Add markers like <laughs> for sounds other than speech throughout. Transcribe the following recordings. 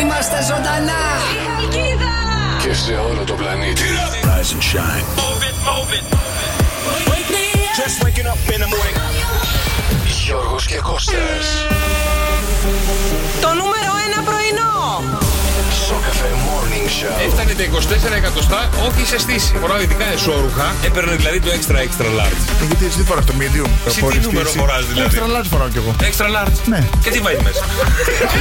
είμαστε ζωντανά! Η Χαλκίδα! Και σε όλο το πλανήτη. Rise and shine. Move it, move it. Wake me up. Just waking up in the morning. Γιώργος και Κώστας. Το νούμερο ένα πρωινό! Σοκαφέ Morning Show. Έφτανε τα 24 εκατοστά, όχι σε στήση. Φοράω ειδικά εσόρουχα. Έπαιρνε δηλαδή το extra extra large. Γιατί εσύ φορά το medium. τι Χωρίς νούμερο στήση. φοράς, δηλαδή? Extra large φοράω κι εγώ. Extra large. Ναι. Και τι βάζει μέσα.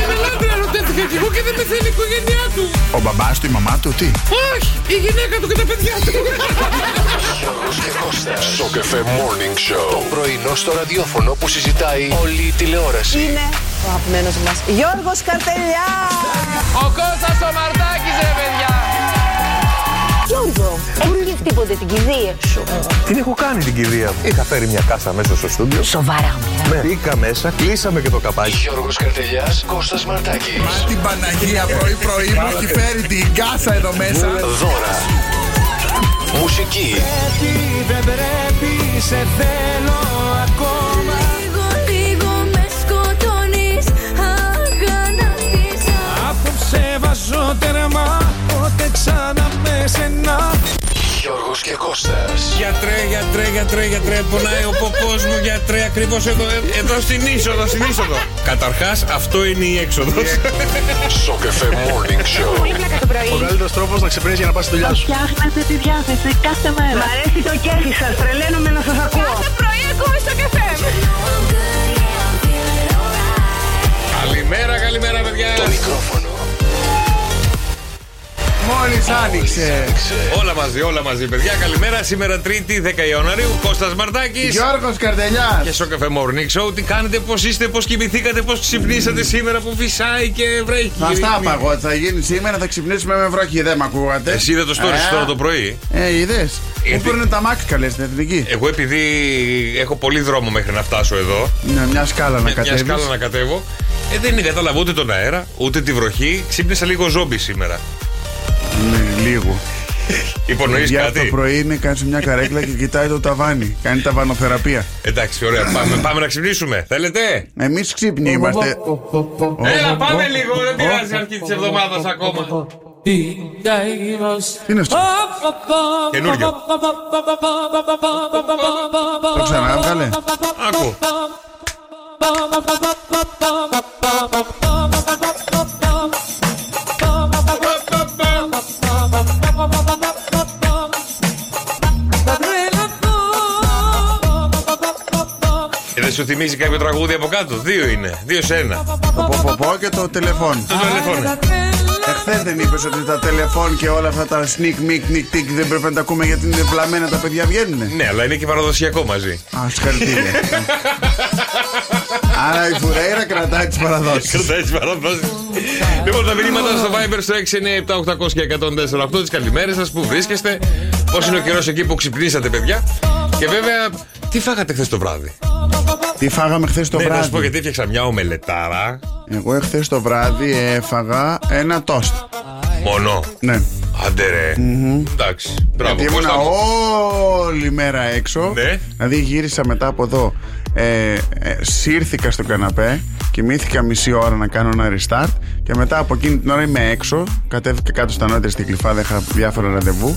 Ένα λάντρα ρωτήθηκα και εγώ και δεν με θέλει η οικογένειά του. Ο μπαμπάς του, η μαμά του, τι. Όχι, η γυναίκα του και τα παιδιά του. Γιώργος και Κώστας. Σοκαφέ Morning Show. Το πρωινό στο ραδιόφωνο που συζητάει όλη η τηλεόραση. Είναι ο αγαπημένος μας Γιώργος Καρτελιά. Ο Κώστας ο Μαρτάκης, ρε παιδιά. Γιώργο, έχουν σκεφτείτε την κηδεία σου. Την έχω κάνει την κυρία μου. Είχα φέρει μια κάσα μέσα στο στούντιο. Σοβαρά μου. Με μπήκα μέσα, κλείσαμε και το καπάκι. Γιώργος Καρτελιάς, Κώστας Μαρτάκης. Την Παναγία πρωί-πρωί μου έχει φέρει την κάσα εδώ μέσα. Δώρα. Μουσική. Λίγο, λίγο με σκοτώνεις Αγανάκτησα Γιώργος και Κώστας. Γιατρέ, γιατρέ, γιατρέ, γιατρέ, πονάει ο ποπός μου, γιατρέ, ακριβώς εδώ, ε, εδώ στην είσοδο, στην είσοδο. Καταρχάς, αυτό είναι η έξοδος. Σοκαφέ Morning Show. Ο καλύτερος τρόπος να ξεπεράσει για να πας στη δουλειά σου. Φτιάχνετε τη διάθεση κάθε μέρα. Μ' αρέσει το κέφι σας. Τρελαίνομαι να σας ακούω. πρωί ακούμε στο καφέ καλημέρα, καλημέρα, παιδιά. Το μικρόφωνο. Μόλις άνοιξε. όλα μαζί, όλα μαζί, παιδιά. Καλημέρα, σήμερα Τρίτη, 10 Ιανουαρίου, Κώστας Μαρτάκης. Γιώργος Καρτελιά. Και στο καφέ Morning Show, τι κάνετε, πώς είστε, πώς κοιμηθήκατε, πώς ξυπνήσατε σήμερα που φυσάει και βρέχει. Αυτά παγώ, θα γίνει σήμερα, θα ξυπνήσουμε με βροχή. Δεν με ακούγατε. Εσύ είδα το story Ε, σου τώρα το πρωί. Ε, είδες. Μου Γιατί- παίρνουν τα μάξι καλές στην εθνική. Εγώ επειδή έχω πολύ δρόμο μέχρι να φτάσω εδώ, Ναι, μια σκάλα να με μια κατέβεις. σκάλα να κατέβω, ε, δεν κατάλαβα ούτε τον αέρα, ούτε τη βροχή. Ξύπνησα λίγο ζόμπι σήμερα. Ναι, λίγο. Υπονοεί Για το κάτι. πρωί είναι, κάνει μια καρέκλα και κοιτάει το ταβάνι. Κάνει ταβανοθεραπεία. Εντάξει, ωραία, πάμε, πάμε να ξυπνήσουμε. Θέλετε. Εμείς ξύπνοι είμαστε. Έλα, πάμε λίγο, δεν πειράζει αρχή της εβδομάδας ακόμα. Τι είναι αυτό. Καινούριο. Το ξανά βγάλε. Άκου. Ε, δεν σου θυμίζει κάποιο τραγούδι από κάτω. Δύο είναι. Δύο σε ένα. Το ποποπό και το τηλεφώνι. Το τηλεφώνη. Εχθές δεν είπες ότι τα τηλεφών και όλα αυτά τα sneak, mic, nick, tick δεν πρέπει να τα ακούμε γιατί είναι βλαμμένα τα παιδιά βγαίνουν. Ναι, αλλά είναι και παραδοσιακό μαζί. <laughs> Α, συγχαρητήρια. Άρα η φουρέιρα κρατάει τις παραδόσεις. Κρατάει τις παραδόσεις. Λοιπόν, τα μηνύματα στο Viber στο 697 800 και 148 τι καλημέρε σας που βρίσκεστε. Πώς είναι ο καιρός εκεί που ξυπνήσατε, παιδιά. Και βέβαια, τι φάγατε χθες το βράδυ. Τι φάγαμε χθες το ναι, να σου πω βράδυ. γιατί έφτιαξα μια ομελετάρα. Εγώ εχθές το βράδυ έφαγα ένα τόστ. Μόνο. Ναι. Άντε ρε. Εντάξει. Μπράβο. Γιατί Πώς ήμουνα τα- όλη μέρα έξω. Ναι. Δηλαδή γύρισα μετά από εδώ. Ε, ε, σύρθηκα στον καναπέ, κοιμήθηκα μισή ώρα να κάνω ένα restart και μετά από εκείνη την ώρα είμαι έξω. Κατέβηκα κάτω στα νότια στην κλειφάδα, είχα διάφορα ραντεβού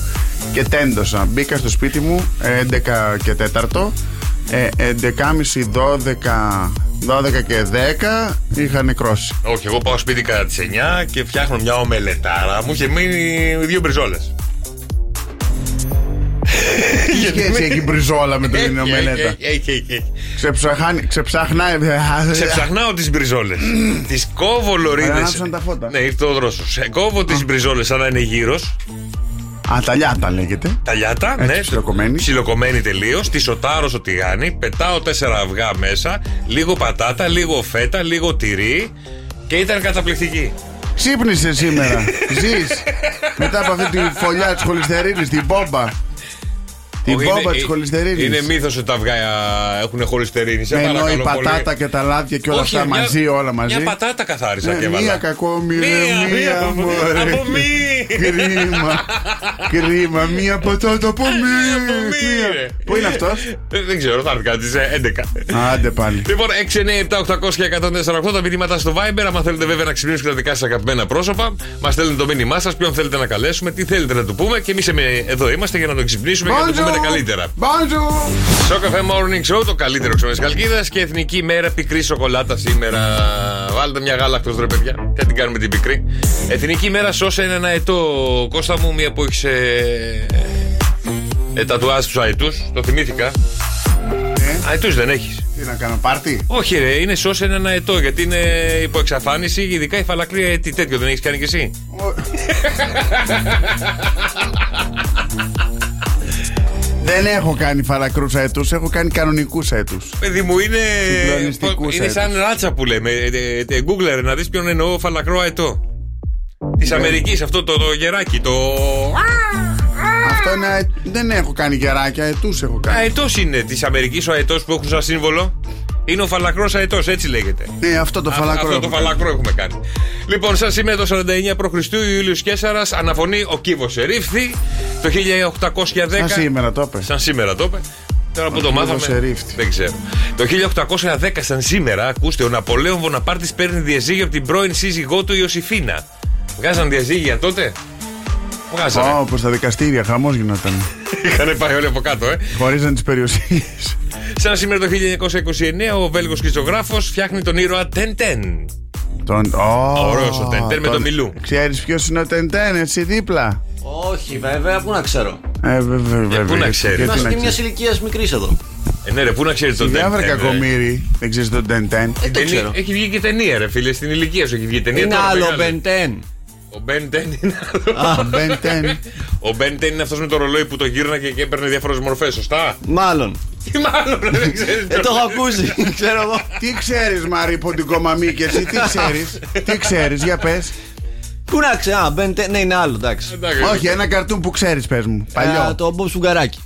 και τέντωσα. Μπήκα στο σπίτι μου ε, 11 και 4. Ε, 11.30, 12, 12 και 10 <laughs> είχα νεκρώσει. Όχι, εγώ πάω σπίτι κατά τις 9 και φτιάχνω μια ομελετάρα. Μου είχε μείνει δύο μπριζόλες. Τι σχέση έχει η μπριζόλα <laughs> με Ε, την ομελέτα. Ξεψαχάνει- Ξεψαχνάει. Σε ψαχνάω τις μπριζόλες. <clears throat> τις κόβω λωρίδες. Ανάψαν τα φώτα. Ναι, ήρθε ο δρόσος. Σε κόβω τις μπριζόλες σαν να είναι γύρω. Αταλιά τα λέγεται. Τα λιάτα. Έτσι, ψιλοκομμένη. Ψιλοκομμένη τελείως. Τη σοτάρω στο τηγάνι. Πετάω τέσσερα αυγά μέσα. Λίγο πατάτα, λίγο φέτα, λίγο τυρί. Και ήταν καταπληκτική. Ξύπνησες σήμερα. Ζεις. Μετά από αυτή τη φωλιά της χολυστερίνης, την πόμπα. Η Όχι, βόμβα είναι- της ε, χολυστερίνης. Είναι μύθος ότι τα αυγά έχουν χολυστερίνη. Σε Ενώ Ναι, η παρακαλώ πολύ. πατάτα και τα λάδια και όλα Όχι, αυτά μια- μαζί, όλα μαζί. Μια πατάτα καθάρισα Ναι, και έβαλα. μία κακόμοιρα, Μία, μία, μία από- μωρέ. από μία. Κρίμα. Κρίμα. Μία πατάτα από μία. Από μία, μία. ρε. Πού είναι αυτός. Ε, Δεν ξέρω, θα έρθει κάτι σε 11. Άντε πάλι. Λοιπόν, 6, 9, 7, 800 και 148 τα μηνύματα στο Viber. Αν θέλετε βέβαια να ξυπνήσουμε τα δικά σας αγαπημένα πρόσωπα, μας στέλνετε το μήνυμά σας, ποιον θέλετε να καλέσουμε, τι θέλετε να του πούμε και εμείς εδώ είμαστε για να το ξυπνήσουμε και να το πούμε τα καλύτερα. Μπάζο. Στο Cafe Morning Show, το καλύτερο ξένο Καλκίδας και εθνική μέρα πικρή σοκολάτα σήμερα. Βάλτε μια γάλα αυτό ρε παιδιά. Τι να την κάνουμε την πικρή. Εθνική μέρα σώσε ένα αετό. Κώστα μου, μία που έχεις ε, ε, τατουάζ του αετούς. Το θυμήθηκα. Αετούς δεν έχεις. Τι να κάνω, πάρτι. Όχι, ρε, είναι σώσε έναν αετό γιατί είναι υπό εξαφάνιση, ειδικά η φαλακρία αετή. Τέτοιο δεν έχεις κάνει κι εσύ. Δεν έχω κάνει φαλακρούς αετούς, έχω κάνει κανονικούς αετούς. Παιδί μου, είναι. Συγκλονιστικούς Είναι σαν αετούς. ράτσα που λέμε. Ε, ε, ε, Google ρε, να δεις ποιον εννοώ φαλακρό αετό. Ναι. Τη Αμερικής, αυτό το, το γεράκι. Το. Αυτό είναι αε- δεν έχω κάνει γεράκια, αετούς έχω κάνει. Αετός είναι της Αμερικής, ο αετός που έχουν σαν σύμβολο. Είναι ο φαλακρός αετός, έτσι λέγεται. Ναι, αυτό το Α- φαλακρό. Ε, Αυτό το έχω κάνει. φαλακρό έχουμε κάνει. Λοιπόν, σαν σήμερα το 49 π.Χ. ο Ιούλιο Κέσσαρα αναφωνεί ο κύβο ερήφθη το 1810. Σαν σήμερα το έπε. Σαν σήμερα το είπε. Τώρα που το Κύβος μάθαμε. ερήφθη. Δεν ξέρω. Το 1810, σαν σήμερα, ακούστε, ο Ναπολέον Βοναπάρτης παίρνει διαζύγιο από την πρώην σύζυγό του Ιωσήφίνα. Βγάζαν διαζύγια τότε. Βγάζανε. Πάω προς τα δικαστήρια, χαμός γινόταν. Είχαν πάει όλοι από κάτω, ε. Χωρίζαν τις περιουσίες. Σαν σήμερα το 1929, ο Βέλγος χιζογράφο φτιάχνει τον ήρωα Τεντέν. Τον... Ω, Ωραίος ο Τεντέν με τον- το μιλού. Ξέρεις ποιος είναι ο Τεντέν, έτσι δίπλα. Όχι, βέβαια, πού να ξέρω. Ε, βέβαια, βέβαια. πού να γιατί- ξέρεις. γιατί Είμαστε να και μια ξέρεις. ηλικίας μικρής εδώ. Ε, ναι, ρε, πού να ξέρεις τον Για βρε Τεντέν. ρε. κακομύρι, δεν ξέρεις <laughs> τον Τεντέν. Δεν το Ταινί- ξέρω. Έχει βγει και ταινία, ρε φίλε, στην ηλικία σου έχει βγει ταινία. Είναι τώρα άλλο μεγάλη. Μπεντέν. Ο Μπεν Τεν είναι άλλο. Ben 10. <laughs> Ο Μπεν Τεν είναι αυτός με το ρολόι που το γύρναγε και έπαιρνε διάφορες μορφές, σωστά. Μάλλον. Τι μάλλον ρε, δεν ξέρεις. Ε, Δεν το έχω ακούσει, <laughs> ξέρω εγώ. Τι ξέρεις Μαρή Ποντικομαμή και εσύ τι ξέρεις Τι ξέρεις για Ε, πες Πού να ξέρω, α, Μπεντέν, ναι, είναι άλλο, εντάξει. Όχι ένα καρτούν που ξέρεις πες μου Ε, Α, Παλιό Το Μπομπ Σουγκαράκι.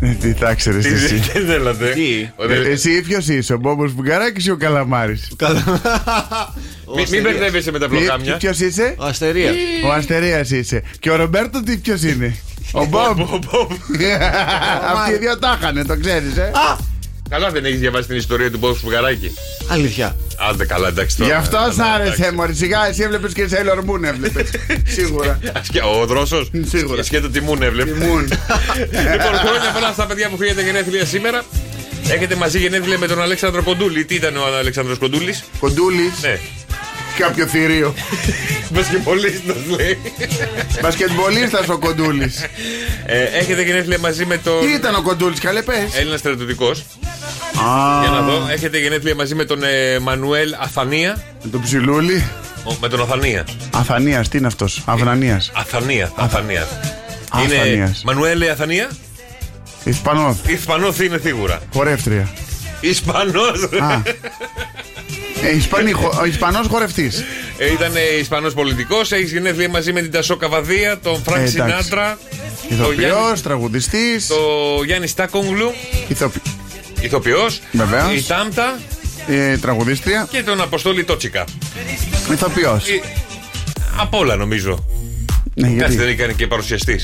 Ε, Τι θα ξέρεις Τι εσύ δεν θέλατε. Τι. Ο Ε, δε- Εσύ ποιος είσαι ο Μπόμπος Μπουγκαράκης ή ο Καλαμάρης Ο Μη- Μην Αστερίας. μπερδεύεσαι με τα πλοκάμια. Ποιος είσαι Ο Αστερίας. Ο Αστερίας είσαι Και ο Ρομπέρτο τι ποιος είναι Ο Μπόμπ Ε. Ο Μπομπ. <laughs> Αυτοί οι δύο τα είχανε το ξέρεις ε Καλά δεν έχεις διαβάσει την ιστορία του Μπομπ Σπουγαράκη. Αλήθεια. Άντε καλά, εντάξει τώρα. Γι' αυτό σ' Ε, άρεσε εντάξει. μωρή Σιγά εσύ έβλεπες και Sailor Moon <laughs> έβλεπες Σίγουρα Ας και- Ο δρόσος. Σίγουρα. Σκέτο τι μουν έβλεπε. Τιμούν Λοιπόν, χρόνια πολλά στα παιδιά που φύγετε γενέθλια σήμερα. Έχετε μαζί γενέθλια με τον Αλέξανδρο Κοντούλη. Τι ήταν ο Αλέξανδρος Κοντούλης. Κοντούλης Ναι. Κάποιο θηρίο Μπασκεμπολίστας λέει. Μπασκετμπολίστας ο <laughs> Κοντούλης Ε, έχετε γενέθλια μαζί με τον Τι ήταν ο Κοντούλης καλέ πες Έλληνας στρατιωτικός. Α, Ε, Για να δω. Έχετε γενέθλια μαζί με τον ε, Μανουέλ Αθανία. Με τον ψιλούλι. Ο, με τον Αθανία. Αθανίας, τι είναι αυτός. Αυνανία. Αθανία. Αθανίας. Είναι Αθανίας. Μανουέλ Αθανία. Ισπανός. Ισπανός είναι σίγουρα. Χορεύτρια. Ισπανός. Α. Ε, Ισπανή, χο- ο Ισπανός χορευτής. Ε, ήταν Ισπανός πολιτικός. Έχεις γενέθλια μαζί με την Τασό Καβαδία, τον Φρανκ Ε, εντάξει. Σινάτρα, τον Ηθοποιός, Γιάννη, τραγουδιστής. το Γιάννη Στάκογλου, ηθοποιός, Βεβαίως. η Τάμτα ε, Τραγουδίστρια. και τον Αποστόλη Τότσικα. Ηθοποιός. Ε, απ' όλα νομίζω. Ναι, Κάτι δεν γιατί. έχει κάνει και παρουσιαστής.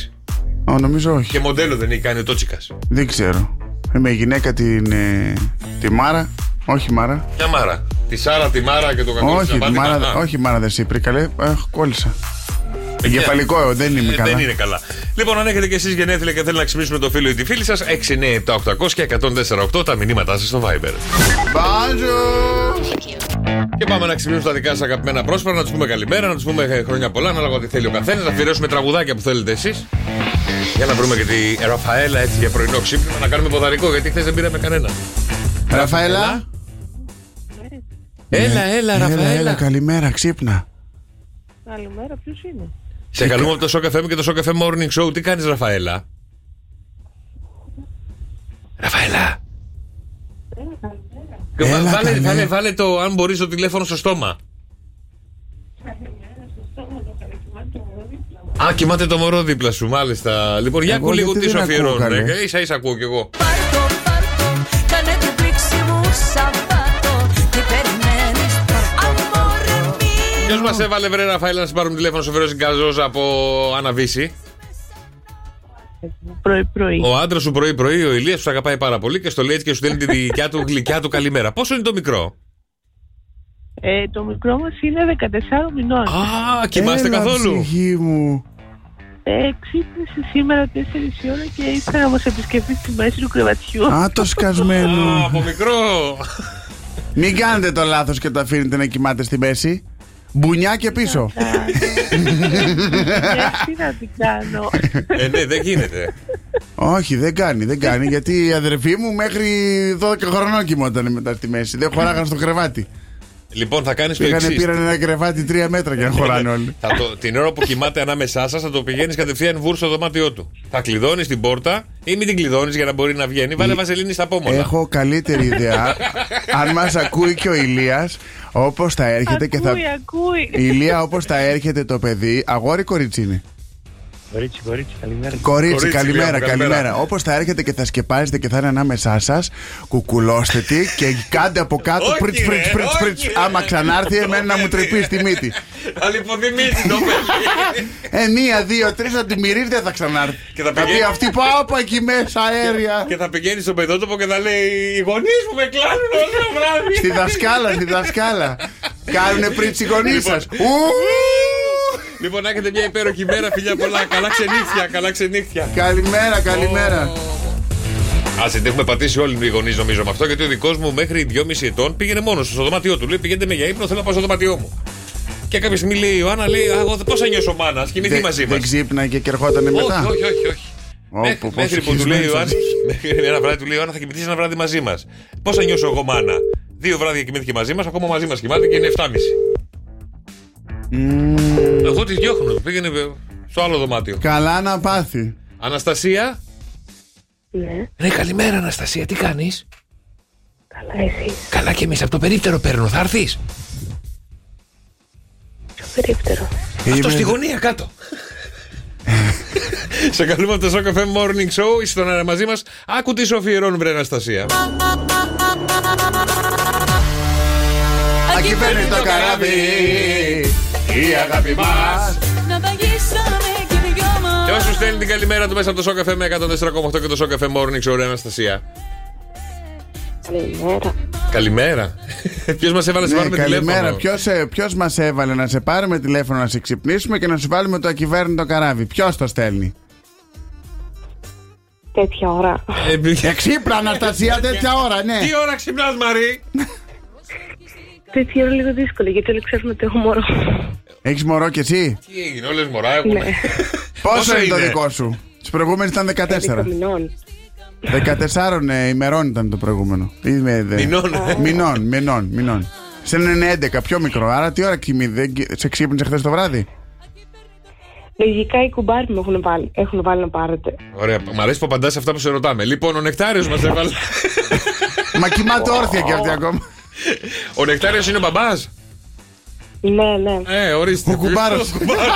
Ω, νομίζω όχι. Και μοντέλο δεν έχει κάνει ο Τότσικας. Δεν ξέρω. Είμαι η γυναίκα την. ε, τη Μάρα. Όχι Μάρα. Μια μάρα. Τη Σάρα, τη Μάρα και τον κακό της Όχι, τη Απάτη. Μάρα, Α, όχι Μάρα δεν σύπρει. Καλέ, Αχ, κόλλησα. ε, Εγκεφαλικό, ε, δεν είμαι ε, καλά. Δεν είναι καλά. Λοιπόν, αν έχετε και εσείς γενέθλια και θέλετε να ξυπνήσουμε το φίλο ή τη φίλη σας, 6, 9, 7, 800 και 104, τα μηνύματά σας στο Viber. Μπάζο! Και πάμε να ξυπνήσουμε τα δικά σας αγαπημένα πρόσωπα, να τους πούμε καλημέρα, να τους πούμε ε, χρόνια πολλά, ανάλογα τι θέλει ο καθένας, να αφιερώσουμε τραγουδάκια που θέλετε εσείς. Για να βρούμε και τη Ραφαέλα έτσι για πρωινό ξύπνημα, να κάνουμε ποδαρικό, γιατί χθες δεν πήραμε κανένα. Ραφαέλα. Ε, Έλα, έλα, Έλα, Ραφαέλα. καλημέρα, ξύπνα. Καλημέρα, ποιος είναι. Σε καλούμε από το Shock FM και το Shock FM Morning Show. Τι κάνεις, Ραφαέλα. Ραφαέλα. Και βα- Έλα, βάλε, καλέ. βάλε, βάλε το αν μπορείς το τηλέφωνο στο στόμα. Α, κοιμάται το μωρό δίπλα σου, μάλιστα. Λοιπόν, για Εγώ ακού λίγο γιατί τι σου δεν ακούω, αφιερώνω. καλέ. σα ίσα ακούω κι εγώ. Πάρτο, πάρτο, κάνε την πλήξη μου σαββάτο Τι περιμένεις, αμόρε Ποιο μη μας έβαλε, βρε Ραφαέλ, να σε πάρουμε τηλέφωνο στο Φερόζι Καζό από Αναβίση. Πρωί-πρωί. Ο άντρας σου πρωί-πρωί, ο Ηλίας, σου αγαπάει πάρα πολύ και στο λέει έτσι και σου στέλνει τη δικιά του γλυκιά του καλημέρα. Πόσο είναι το μικρό. Ε, το μικρό μας είναι 14 μηνών. Α, κοιμάστε Έλα, καθόλου. ψυχή μου. Ε, ξύπνησε σήμερα 4 η ώρα και ήρθε να μας επισκεφθείς στη μέση του κρεβατιού. Α, το Α, σκασμένο. από μικρό. Μην κάνετε το λάθος και το αφήνετε να κοιμάται στη μέση. Μπουνιά και πίσω. Ε, Τι να την κάνω. ε, ναι, δεν γίνεται. Όχι, δεν κάνει, δεν κάνει. Γιατί η αδερφή μου μέχρι 12 χρονών κοιμόταν μετά στη μέση. Δεν χωράγαν στο κρεβάτι. Λοιπόν, θα κάνεις το Πήγανε, εξής. πήραν ένα κρεβάτι τρία μέτρα για να χωράνε όλοι. Θα το, την ώρα που κοιμάται ανάμεσά σας, θα το πηγαίνεις κατευθείαν βούρ στο δωμάτιό του. Θα κλειδώνεις την πόρτα ή μην την κλειδώνεις για να μπορεί να βγαίνει. Βάλε βαζελίνη στα πόμολα. Έχω καλύτερη ιδέα. Αν μας ακούει και ο Ηλίας όπως θα έρχεται και θα. Ακούει, ακούει. Η Ηλία, όπως θα έρχεται το παιδί, αγόρι κορίτσι είναι. Κορίτσι, κορίτσι, καλημέρα. Κορίτσι, Κορίτσι, καλημέρα, Ηλία μου, καλημέρα. καλημέρα. Όπως θα έρχεται και θα σκεπάζετε και θα είναι ανάμεσά σας, κουκουλώστε τη και κάντε από κάτω Όχι, πριτ, ρε, πριτ, πριτ, όχι, πριτ. ρε. Άμα ξανάρθει, εμένα να μου τρυπεί τη μύτη. Αλληποδημίζει το παιδί. Ε, μία, δύο, τρεις, θα τη μυρίζει, δεν θα ξανάρθει. Και θα Θα πει πηγαίνει- αυτή πάω από εκεί μέσα αέρια. και θα πηγαίνει στον παιδότοπο και θα λέει Οι γονείς μου με κλάνουν όλο το βράδυ. Στη δασκάλα, στη δασκάλα. Κάνουνε πριν τι γονεί σα. Λοιπόν. Λοιπόν, να έχετε μια υπέροχη μέρα, φιλιά πολλά. Καλά ξενύχτια, καλά ξενύχτια. Καλημέρα, καλημέρα. Ας, την έχουμε πατήσει όλοι οι γονείς, νομίζω, με αυτό. Γιατί ο δικός μου μέχρι 2,5 ετών πήγαινε μόνος στο δωμάτιό του. Λέει: Πηγαίνετε με για ύπνο, θέλω να πάω στο δωμάτιό μου. Και κάποια στιγμή λέει η Ιωάννα, λέει: Εγώ πώς θα νιώσω μάνα, κοιμηθεί Δεν- μαζί μα. Δεν ξύπναγε και ερχόταν μετά. Όχι, όχι, όχι. όχι. Ω, Μέχρι- πω, πω, Μέχρι που του λέει ο συγχυσμένος. Ιωάννη, μέχρι ένα βράδυ του λέει ο Ιωάννη, θα κοιμηθείς ένα βράδυ μαζί μας. Πώς θα νιώσω εγώ μάνα. Δύο βράδια κοιμήθηκε μαζί μας, ακόμα μαζί μας κοιμάται και είναι 7.30. Εγώ τη διώχνω, πήγαινε στο άλλο δωμάτιο. Καλά να πάθει. Αναστασία. Ναι, Ναι, καλημέρα Αναστασία, τι κάνεις. καλά, εσύ. Καλά και εμείς από το περίπτερο παίρνω, θα έρθεις. Πιο περίπτερο. Αυτό Είμαι- στη γωνία κάτω. Σε καλούμε από το Shock FM Morning Show. Είσαι τον αέρα μαζί μας. Άκου τι σου αφιερώνουν, βρε Αναστασία. Εκεί παίρνει το καράβι Ναι, Η αγάπη μας Να βαγίσαμε και οι δυο μας Και όσους στέλνει την καλημέρα του μέσα από το Shock FM με 104,8 και το Shock FM Morning Show, ρε Αναστασία. Καλημέρα. <laughs> Καλημέρα. Ποιος μας έβαλε να σε Ναι, πάρουμε καλημέρα. τηλέφωνο. Ποιος, ε, ποιος μας έβαλε να σε πάρουμε τηλέφωνο να σε ξυπνήσουμε και να σου βάλουμε το ακυβέρνητο καράβι. Ποιος το <laughs> στέλνει. Τέτοια ώρα. Ε, π- Εξύπνα <laughs> Αναστασία τέτοια ώρα, ναι. Τι ώρα ξυπνάς, Μαρή. Τέτοια ώρα λίγο δύσκολη γιατί όλοι ξέρουμε ότι έχω μωρό. Έχεις μωρό κι εσύ. Τι έγινε, όλες μωρά έχουμε. <laughs> Ναι. Πόσο είναι το δικό σου. Τις προηγούμενες ήταν 14. Ε, 11 μηνών. 14 ε, ημερών ήταν το προηγούμενο. Είμαι, ε, δε- Μηνών. Μηνών, μηνών, μηνών. Σε έναν είναι 11, πιο μικρό. Άρα τι ώρα κοιμή, δεν... κοι- σε ξύπνησε χθες το βράδυ. Λογικά οι κουμπάρι μου έχουν βάλει, έχουν βάλει να πάρετε. Ωραία, μ' αρέσει που απαντάς αυτά που σε ρωτάμε. Λοιπόν, ο Νεκτάριος μας <laughs> έβαλε. Μα κοιμάται όρθια κι αυτή ακόμα. Ο Νεκτάριος είναι ο μπαμπάς. Ναι, ναι. Ε, ορίστε. Ο κουμπάρος. Ο κουμπάρος.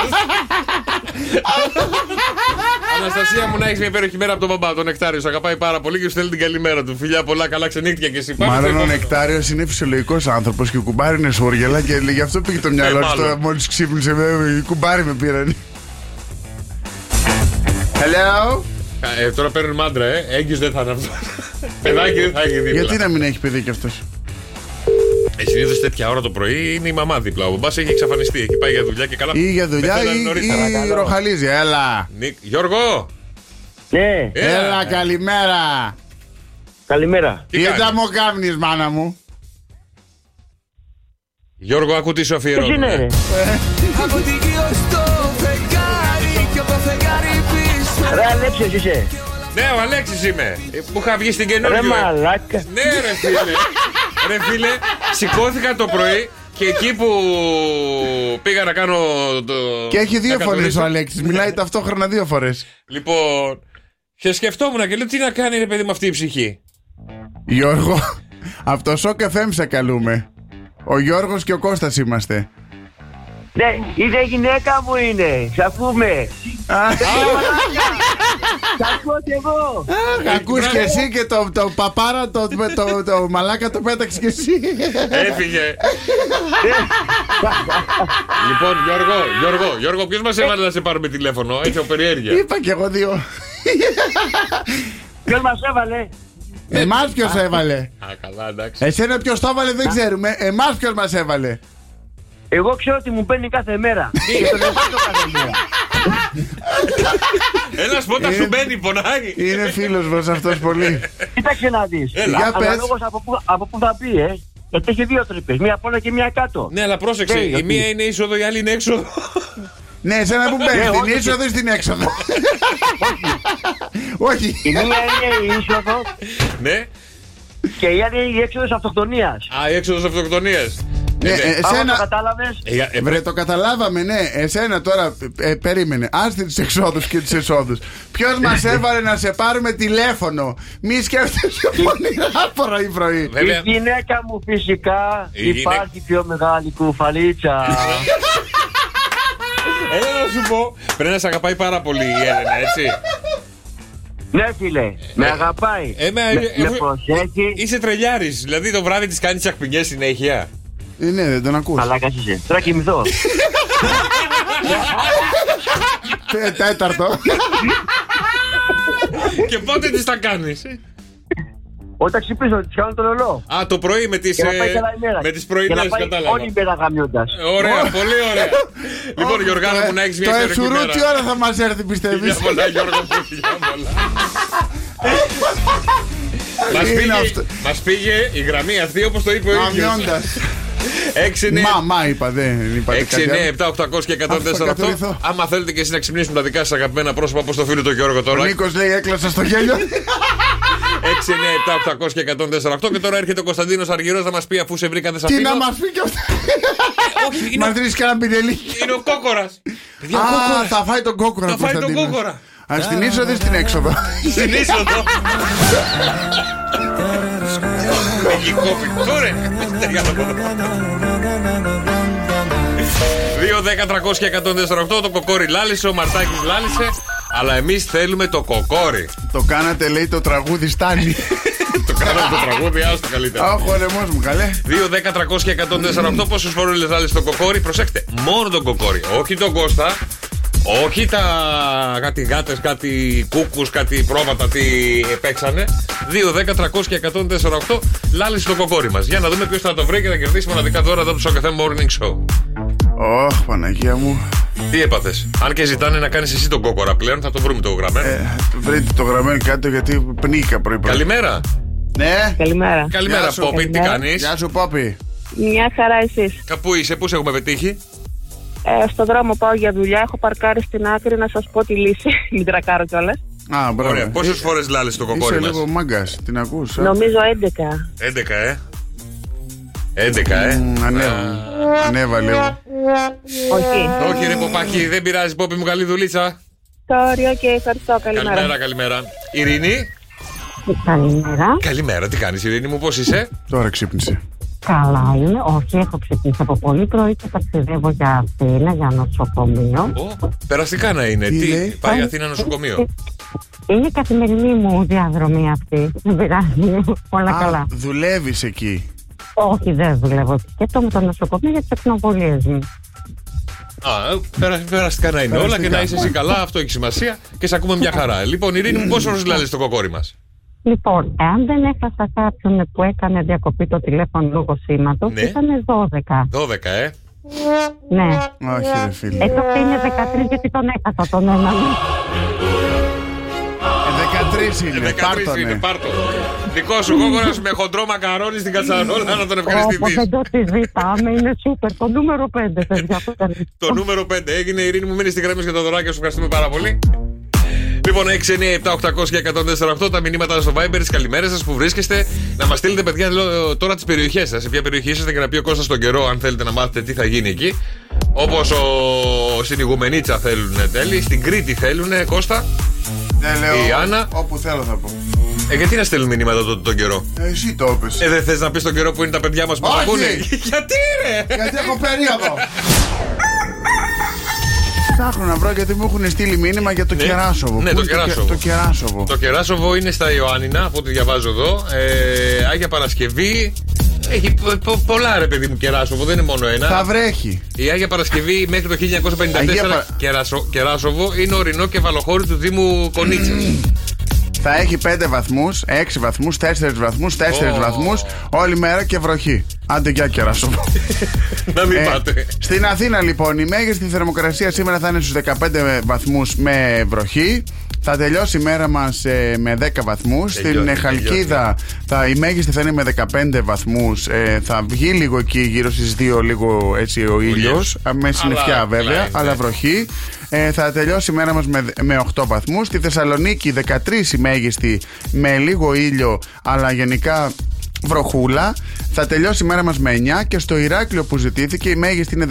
Αναστασία μου να έχεις μια υπέροχη μέρα από τον μπαμπά. Τον Νεκτάριο σε αγαπάει πάρα πολύ και σου στέλνει την καλημέρα του. Φιλιά, πολλά καλά ξενύχτια και εσύ. Πάμε Μάλλον στο ο επόμενο. Νεκτάριος είναι φυσιολογικός άνθρωπος και ο κουμπάρι είναι σούργελα και λέει, γι' αυτό πήγε το μυαλό Ε, του τώρα μάλλον. μόλις ξύπνησε. βέβαια, Οι κουμπάρι με πήραν. Hello. Ε, τώρα παίρνουν μάντρα, ε. Έγκυος δεν θα είναι αυτό. Παιδάκι δεν θα έχει δίπλα. Γιατί να μην έχει παιδί κι αυτός. Ε, Συνήθω τέτοια ώρα το πρωί είναι η μαμά δίπλα. Ο μπαμπάς έχει εξαφανιστεί. Έχει πάει για δουλειά και καλά. Ή για δουλειά πεθαίνανε ή, νωρίτερα. ή ροχαλίζει. Έλα. Νίκ, Γιώργο! Ναι, Ε, Έλα, καλημέρα. καλημέρα. Τι Τι κάνεις? θα μου κάνει, μάνα μου. Γιώργο, ακού τι σου Ποιος αφιερώνω. είναι, ρε. Από την γύρω στο φεγγάρι και από το φεγγάρι πίσω. Ρε, Αλέξιος είσαι. Ναι, ο Αλέξης είμαι. Ε, Που είχα βγει στην Ρε, καινούργια. μαλάκα. Ναι, ρε φίλε. ρε φίλε, σηκώθηκα το πρωί και εκεί που πήγα να κάνω το. Και έχει δύο να φωνέ καθορίσω- ο Αλέξης. Μιλάει ταυτόχρονα δύο φορές. Λοιπόν. Και σκεφτόμουν και λέω τι να κάνει ρε παιδί με αυτή η ψυχή. Γιώργο, <laughs> από το Shock FM σε καλούμε. Ο Γιώργος και ο Κώστας είμαστε. Ναι, είναι γυναίκα μου είναι. Σ' ακούμε. Σ' ακούω κι εγώ. Ακούς και εσύ και το, το παπάρα, το, το, το, το μαλάκα το πέταξες και εσύ. Έφυγε. λοιπόν, Γιώργο, Γιώργο, Γιώργο, ποιος μας έβαλε να σε πάρουμε τηλέφωνο, έχω περιέργεια. Είπα και εγώ δύο. Ποιος μας έβαλε. Εμάς ποιος έβαλε. Α, καλά, εντάξει. Εσένα ποιος το έβαλε δεν ξέρουμε. Εμάς ποιος μας έβαλε. Εγώ ξέρω ότι μου παίρνει κάθε μέρα. Και τον ευχαριστώ κάθε μέρα. Ένα πότα Ε- σου μπαίνει, πονάει. Είναι φίλος μας αυτός πολύ. Κοίταξε να δεις. Έλα. Για πες. Αναλόγως από, πού- από πού θα πει, ε. Γιατί έχει δύο τρύπες. Μία απ' όλα και μία κάτω. Ναι, αλλά πρόσεξε, Ναι, η γιατί- μία είναι είσοδο, η άλλη είναι έξοδο. <laughs> Ναι, εσένα που μπαίνει Ναι, στην όχι. είσοδο ή στην έξοδο. Όχι. Η μία είναι η είσοδο ναι, και η άλλη είναι η έξοδος αυτοκτονίας. α, έξοδος αυτοκτονίας. Ναι, ε, Άμα το εσένα. κατάλαβες. Ε, Ε, Βρε, το καταλάβαμε, ναι. Εσένα τώρα ε, ε, περίμενε. Άστε τις εξόδους και τις εσόδους. Ποιος Ε, μα έβαλε να σε πάρουμε τηλέφωνο. Μη <laughs> σκέφτεσαι πονηρά πρωί-πρωί. ε, Βέβαια. Η γυναίκα μου φυσικά Η γυναίκα- Ε, υπάρχει πιο μεγάλη κουφαλίτσα. Έλα να σου πω, πρέπει να σε αγαπάει πάρα πολύ η Έλενα, έτσι. ναι, φίλε, με αγαπάει. Ε, με- με, ε, με προσέχει. Είσαι τρελιάρης, δηλαδή το βράδυ της κάνεις ακπινιέ συνέχεια. Ε, Ναι, δεν τον ακούς Αλλά κάτσε. Τώρα κοιμηθώ. Τε- Ε, Τέταρτο. Και πότε τη τα κάνεις. Όταν ξυπνήσω, τη κάνω τον ολό. Α, το πρωί με τις Και να πάει καλά η μέρα. με τις Και πρωινέ, να πάει κατάλαβα. όλη η μέρα γαμιώντας. Ωραία, πολύ <laughs> ωραία. <laughs> λοιπόν, Γιωργάνα, που να έχεις μια Ε, Το υπέροχη εσουρού μέρα. τι ώρα θα μας έρθει, πιστεύεις. Γεια πολλά, Γιώργο μου, γεια <laughs> πολλά. Μας Είναι πήγε- αυτό. Μας πήγε η γραμμή αυτή όπως το είπε ο ίδιος. Αμιώντα. 6, 9, Μαμά είπα, δεν είπα. 6, 9, 7, 800 και Αυτό θα 148. κατεβηθώ. Άμα θέλετε και εσείς να ξυπνήσουμε τα δικά σας αγαπημένα πρόσωπα όπως το φίλο του Γιώργο τώρα. 6, 9, 7, Νίκος λέει έκλασα στο <laughs> γέλιο. 800 και 148. Και τώρα έρχεται ο Κωνσταντίνος Αργυρός να μας πει αφού σε βρήκα δεν σας Τι αφήνω. να μας πει κι αυτά. Όχι, είναι, Μα βρίσκει κανένα πινελί. είναι ο Κόκορας. Παιδιά, ο Α, Κόκορας. θα φάει τον κόκορα. Θα φάει τον Κωνσταντίνος. κόκορα. Α, στην είσοδο ή στην έξοδο. Στην είσοδο. Μαγικό φικτό, ρε. 2, 10, 300 και 148 το κοκόρι λάλησε, ο Μαρτάκης λάλησε. Αλλά εμείς θέλουμε το κοκόρι. Το κάνατε, λέει, το τραγούδι στάνει. το κάναμε το τραγούδι, άστο καλύτερα. Αχ, ο λαιμό μου, καλέ. 2, 10, 300 και 148 πόσες φορές λάλησε το κοκόρι. Προσέξτε, μόνο τον κοκόρι. Όχι τον Κώστα. Όχι τα κάτι γάτες, κάτι κούκου, κάτι πρόβατα τι παίξανε. 2, 10, 300 και 148 λάλησε το κοκόρι μας. Για να δούμε ποιος θα το βρει και θα κερδίσει μοναδικά δώρα εδώ από το Σοκαφέ Morning Show. Ωχ, Παναγία μου. Τι έπαθες. Αν και ζητάνε να κάνεις εσύ τον κόκορα πλέον, θα το βρούμε το γραμμένο. Ε, βρείτε το γραμμένο κάτω γιατί πνίκα πρωί πρωί. Καλημέρα. Ναι, Καλημέρα. Καλημέρα, σου. Πόπι, τι κάνεις. γεια σου, Πόπι. Μια χαρά εσείς. Κάπου είσαι, πού σε έχουμε πετύχει. Ε, στον δρόμο πάω για δουλειά. Έχω παρκάρει στην άκρη να σας πω τη λύση. <laughs> Μην τρακάρω κιόλας. Α, Ωραία. μπράβο. Ε, Πόσε φορέ λάλησε το Είσαι κοκόρι μας. λίγο μάγκας, την ακούς. ε? α? Νομίζω 11, ε. 11, ε. Μ, Ανέβα. Ανέβα λίγο. 11. Όχι. Όχι, ρε Ποπάκι, δεν πειράζει, Πόπι μου, καλή δουλίτσα. Sorry, και ευχαριστώ. Καλημέρα. Καλημέρα, καλημέρα. Ειρήνη, Καλημέρα. καλημέρα, τι κάνεις, Ειρήνη μου, πώς είσαι. Τώρα ξύπνησε. Καλά είμαι. Όχι, έχω ξυπνήσει από πολύ πρωί και ταξιδεύω για Αθήνα, για νοσοκομείο. Ω, περαστικά να είναι. Τι λέει? Τι, πάει η Αθήνα νοσοκομείο. Είναι η καθημερινή μου διαδρομή αυτή. Δεν πειράζει. Όλα καλά. δουλεύεις εκεί. Όχι, δεν δουλεύω. Και το με το νοσοκομείο για τις εκνοβολίε μου. Α, ε, περα, περαστικά να είναι όλα και Περαστικά. να είσαι εσύ καλά, αυτό έχει σημασία και σε ακούμε μια χαρά. Λοιπόν, Ειρήνη μου, πόσε φορέ λάλε το κοκόρι μας. Λοιπόν, εάν δεν έχασα κάποιον που έκανε διακοπή το τηλέφωνο λόγω σήματος, Ναι. ήταν 12. 12, ε. Ναι. Όχι, ρε φίλε. Ε, τότε είναι 13 γιατί τον έχασα τον ένα μου. Ε, 13 είναι, 13 είναι, πάρτονε. πάρτο. Δικό σου κόκορα με χοντρό μακαρόνι στην κατσαρόλα να τον Όπω ευχαριστηθεί. δεν το συζητάμε, είναι σούπερ. Το νούμερο 5, παιδιά. το καλύτερο. Το νούμερο 5 έγινε. Η Ειρήνη μου μείνει στην γραμμή για το δωράκι. Σου ευχαριστούμε πάρα πολύ. Λοιπόν, 6, 9, 7, 800 και 148 τα μηνύματα στο Viber. Τι καλημέρε σας που βρίσκεστε. Να μας στείλετε, παιδιά, λέω, τώρα τις περιοχές σας. Σε ποια περιοχή είσαστε και να πει ο Κώστας τον καιρό, αν θέλετε να μάθετε τι θα γίνει εκεί. Όπως ο... στην Ιγουμενίτσα θέλουν τέλει, στην Κρήτη θέλουν Κώστα. Ναι, λέω. Η Άννα. Όπου θέλω θα πω. Ε, γιατί να στέλνουν μηνύματα τότε τον καιρό. Ε, Εσύ το έπεσε. Ε, δεν θες <laughs> να πεις τον καιρό που είναι τα παιδιά μας που μας Όχι. ακούνε. Γιατί ρε! Γιατί έχω περίοδο. Ψάχνω να βρω γιατί μου έχουν στείλει μήνυμα για το Κεράσοβο. Ναι, Πού το είναι κε- Κεράσοβο. Το Κεράσοβο. Το Κεράσοβο είναι στα Ιωάννινα, από ό,τι διαβάζω εδώ. Ε, Άγια Παρασκευή. Έχει πο- πο- πολλά ρε παιδί μου Κεράσοβο, δεν είναι μόνο ένα. Θα βρέχει. Η Άγια Παρασκευή μέχρι το 1954 Αγία Πα- Κεράσο- Κεράσοβο είναι ορεινό και βαλοχώρι του Δήμου Κονίτσα. Θα έχει 5 βαθμού, 6 βαθμού, 4 βαθμού, 4 Ω. βαθμούς όλη μέρα και βροχή. Άντε για κεράσοβο. Να μην Ε, πάτε. Στην Αθήνα λοιπόν η μέγιστη θερμοκρασία σήμερα θα είναι στους 15 βαθμούς με βροχή. Θα τελειώσει η μέρα μας ε, με 10 βαθμούς. Στην ε, Τελειώνει, Χαλκίδα θα, η μέγιστη θα είναι με 15 βαθμούς. Ε, θα βγει λίγο εκεί γύρω στις 2 λίγο έτσι ο ήλιος. Α, Με συννεφιά Αλλά βέβαια, κλάει, ναι. αλλά βροχή. Ε, θα τελειώσει η μέρα μας με, με 8 βαθμούς. Στη Θεσσαλονίκη 13 η μέγιστη με λίγο ήλιο αλλά γενικά βροχούλα. Θα τελειώσει η μέρα μας με 9 και στο Ηράκλειο που ζητήθηκε η μέγιστη είναι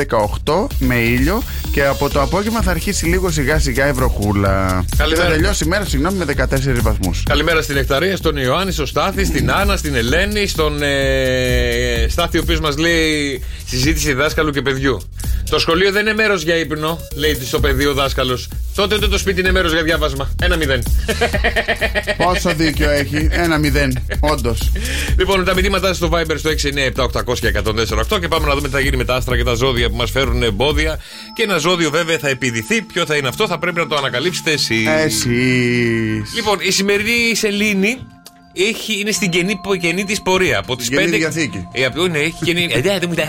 18 με ήλιο και από το απόγευμα θα αρχίσει λίγο σιγά σιγά η βροχούλα. Και θα Καλημέρα. τελειώσει η μέρα, συγγνώμη, με 14 βαθμούς. Καλημέρα στην Εκταρία, στον Ιωάννη, στον Στάθη, στην Άννα, στην Ελένη, στον ε, Στάθη, ο οποίος μας λέει συζήτηση δάσκαλου και παιδιού. Το σχολείο δεν είναι μέρος για ύπνο, λέει στο παιδί ο δάσκαλος. Τότε ούτε το σπίτι είναι μέρος για διάβασμα. Ένα μηδέν. Πόσο δίκιο έχει, ένα μηδέν, όντως. λοιπόν, τα μηνύματά σας στο Viber στο 697-800-1048 και πάμε να δούμε τι θα γίνει με τα άστρα και τα ζώδια που μας φέρουν εμπόδια. Και ένα ζώδιο βέβαια θα επιδηθεί. Ποιο θα είναι αυτό, θα πρέπει να το ανακαλύψετε εσείς. Ε, Εσείς. Λοιπόν, η σημερινή σελήνη έχει, είναι στην καινή, καινή της πορεία. Από τις Καινή 5... Διαθήκη. Ε, από- ναι, έχει καινή. Ε, δεν μου τα-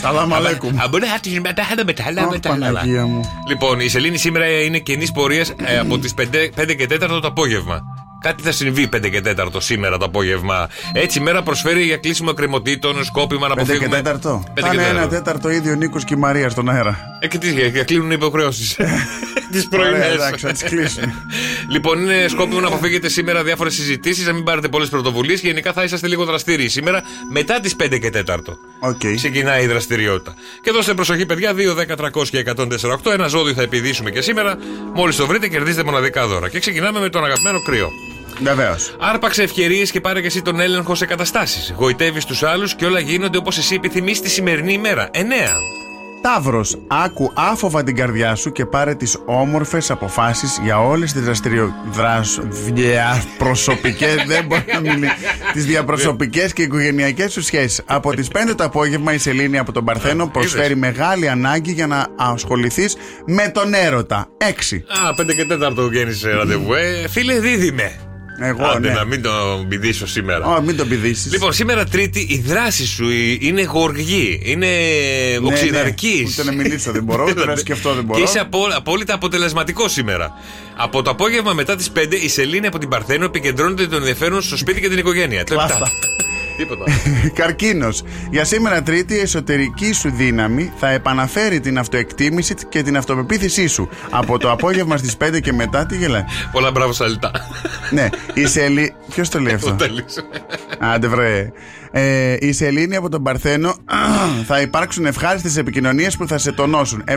Σαλάμ αλέκουμ. Α, μπορεί να τις μετά, να μετά, να Αχ, μετά, να- Παναγία μου. Λοιπόν, η σελήνη σήμερα είναι καινής πορείας <clears throat> από τις 5, και 4 το απόγευμα. Κάτι θα συμβεί 5 και 4 σήμερα το απόγευμα. Έτσι, η μέρα προσφέρει για κλείσιμο κρεμωτήτων, σκόπιμα να 5 και αποφύγουμε. 4. Πέντε Θα και είναι ένα τέταρτο. τέταρτο ίδιο Νίκος και η Μαρία στον αέρα. Ε, και τι, για κλείνουν οι <laughs> υποχρεώσεις. <laughs> τι Ωραία, πρωινέ. εντάξει, θα τις κλείσουμε. <laughs> λοιπόν, είναι σκόπιμο να αποφύγετε σήμερα διάφορες συζητήσεις, να μην πάρετε πολλές πρωτοβουλίες και γενικά θα είσαστε λίγο δραστήριοι σήμερα μετά τις 5 και 4. Okay. Ξεκινάει η δραστηριότητα. Και δώστε προσοχή, παιδιά, 2, 10, 300 και 148. Ένα ζώδιο θα επιδίσουμε και σήμερα. Μόλις το βρείτε, κερδίζετε μοναδικά δώρα. Και ξεκινάμε με τον αγαπημένο κρύο. Βεβαίως. Άρπαξε ευκαιρίες και πάρε και εσύ τον έλεγχο σε καταστάσεις. Γοητεύεις τους άλλους και όλα γίνονται όπως εσύ επιθυμείς τη σημερινή ημέρα. 9. Ταύρος, άκου άφοβα την καρδιά σου και πάρε τις όμορφες αποφάσεις για όλες τις δραστηριο... δρασ... <laughs> διαπροσωπικέ. δεν μπορώ να μιλήσω. τις διαπροσωπικές και οικογενειακές σου σχέσεις. από τις 5 το απόγευμα η Σελήνη από τον Παρθένο Ε, προσφέρει μεγάλη ανάγκη για να ασχοληθείς με τον έρωτα. 6. Α, 5 και 4 βγαίνει ραντεβού. Ε, φίλε, δίδυμε. Εγώ, Άντε, ναι. να μην το μπιδίσω σήμερα. Ω, μην τον πηδήσεις. Λοιπόν, σήμερα Τρίτη η δράση σου η- είναι γοργή, είναι οξυδαρκή. Ναι, Ούτε να μιλήσω δεν <laughs> μπορώ, ούτε να σκεφτώ δεν μπορώ. Και είσαι απο- απόλυτα αποτελεσματικό σήμερα. Από το απόγευμα μετά τις 5 η Σελήνη από την Παρθένο επικεντρώνεται το ενδιαφέρον στο σπίτι και την οικογένεια. Το Κλάστα. επτά. Τίποτα. <laughs> Καρκίνος. Για σήμερα Τρίτη, η εσωτερική σου δύναμη θα επαναφέρει την αυτοεκτίμηση και την αυτοπεποίθησή σου. Από το απόγευμα στις 5 και μετά, τι γελάει. Πολλά μπράβο στα λιτά. ναι, η Σελή. Ποιος το λέει αυτό. Το τέλειωσε. Άντε βρε. Ε, η Σελήνη από τον Παρθένο θα υπάρξουν ευχάριστες επικοινωνίες που θα σε τονώσουν. 7.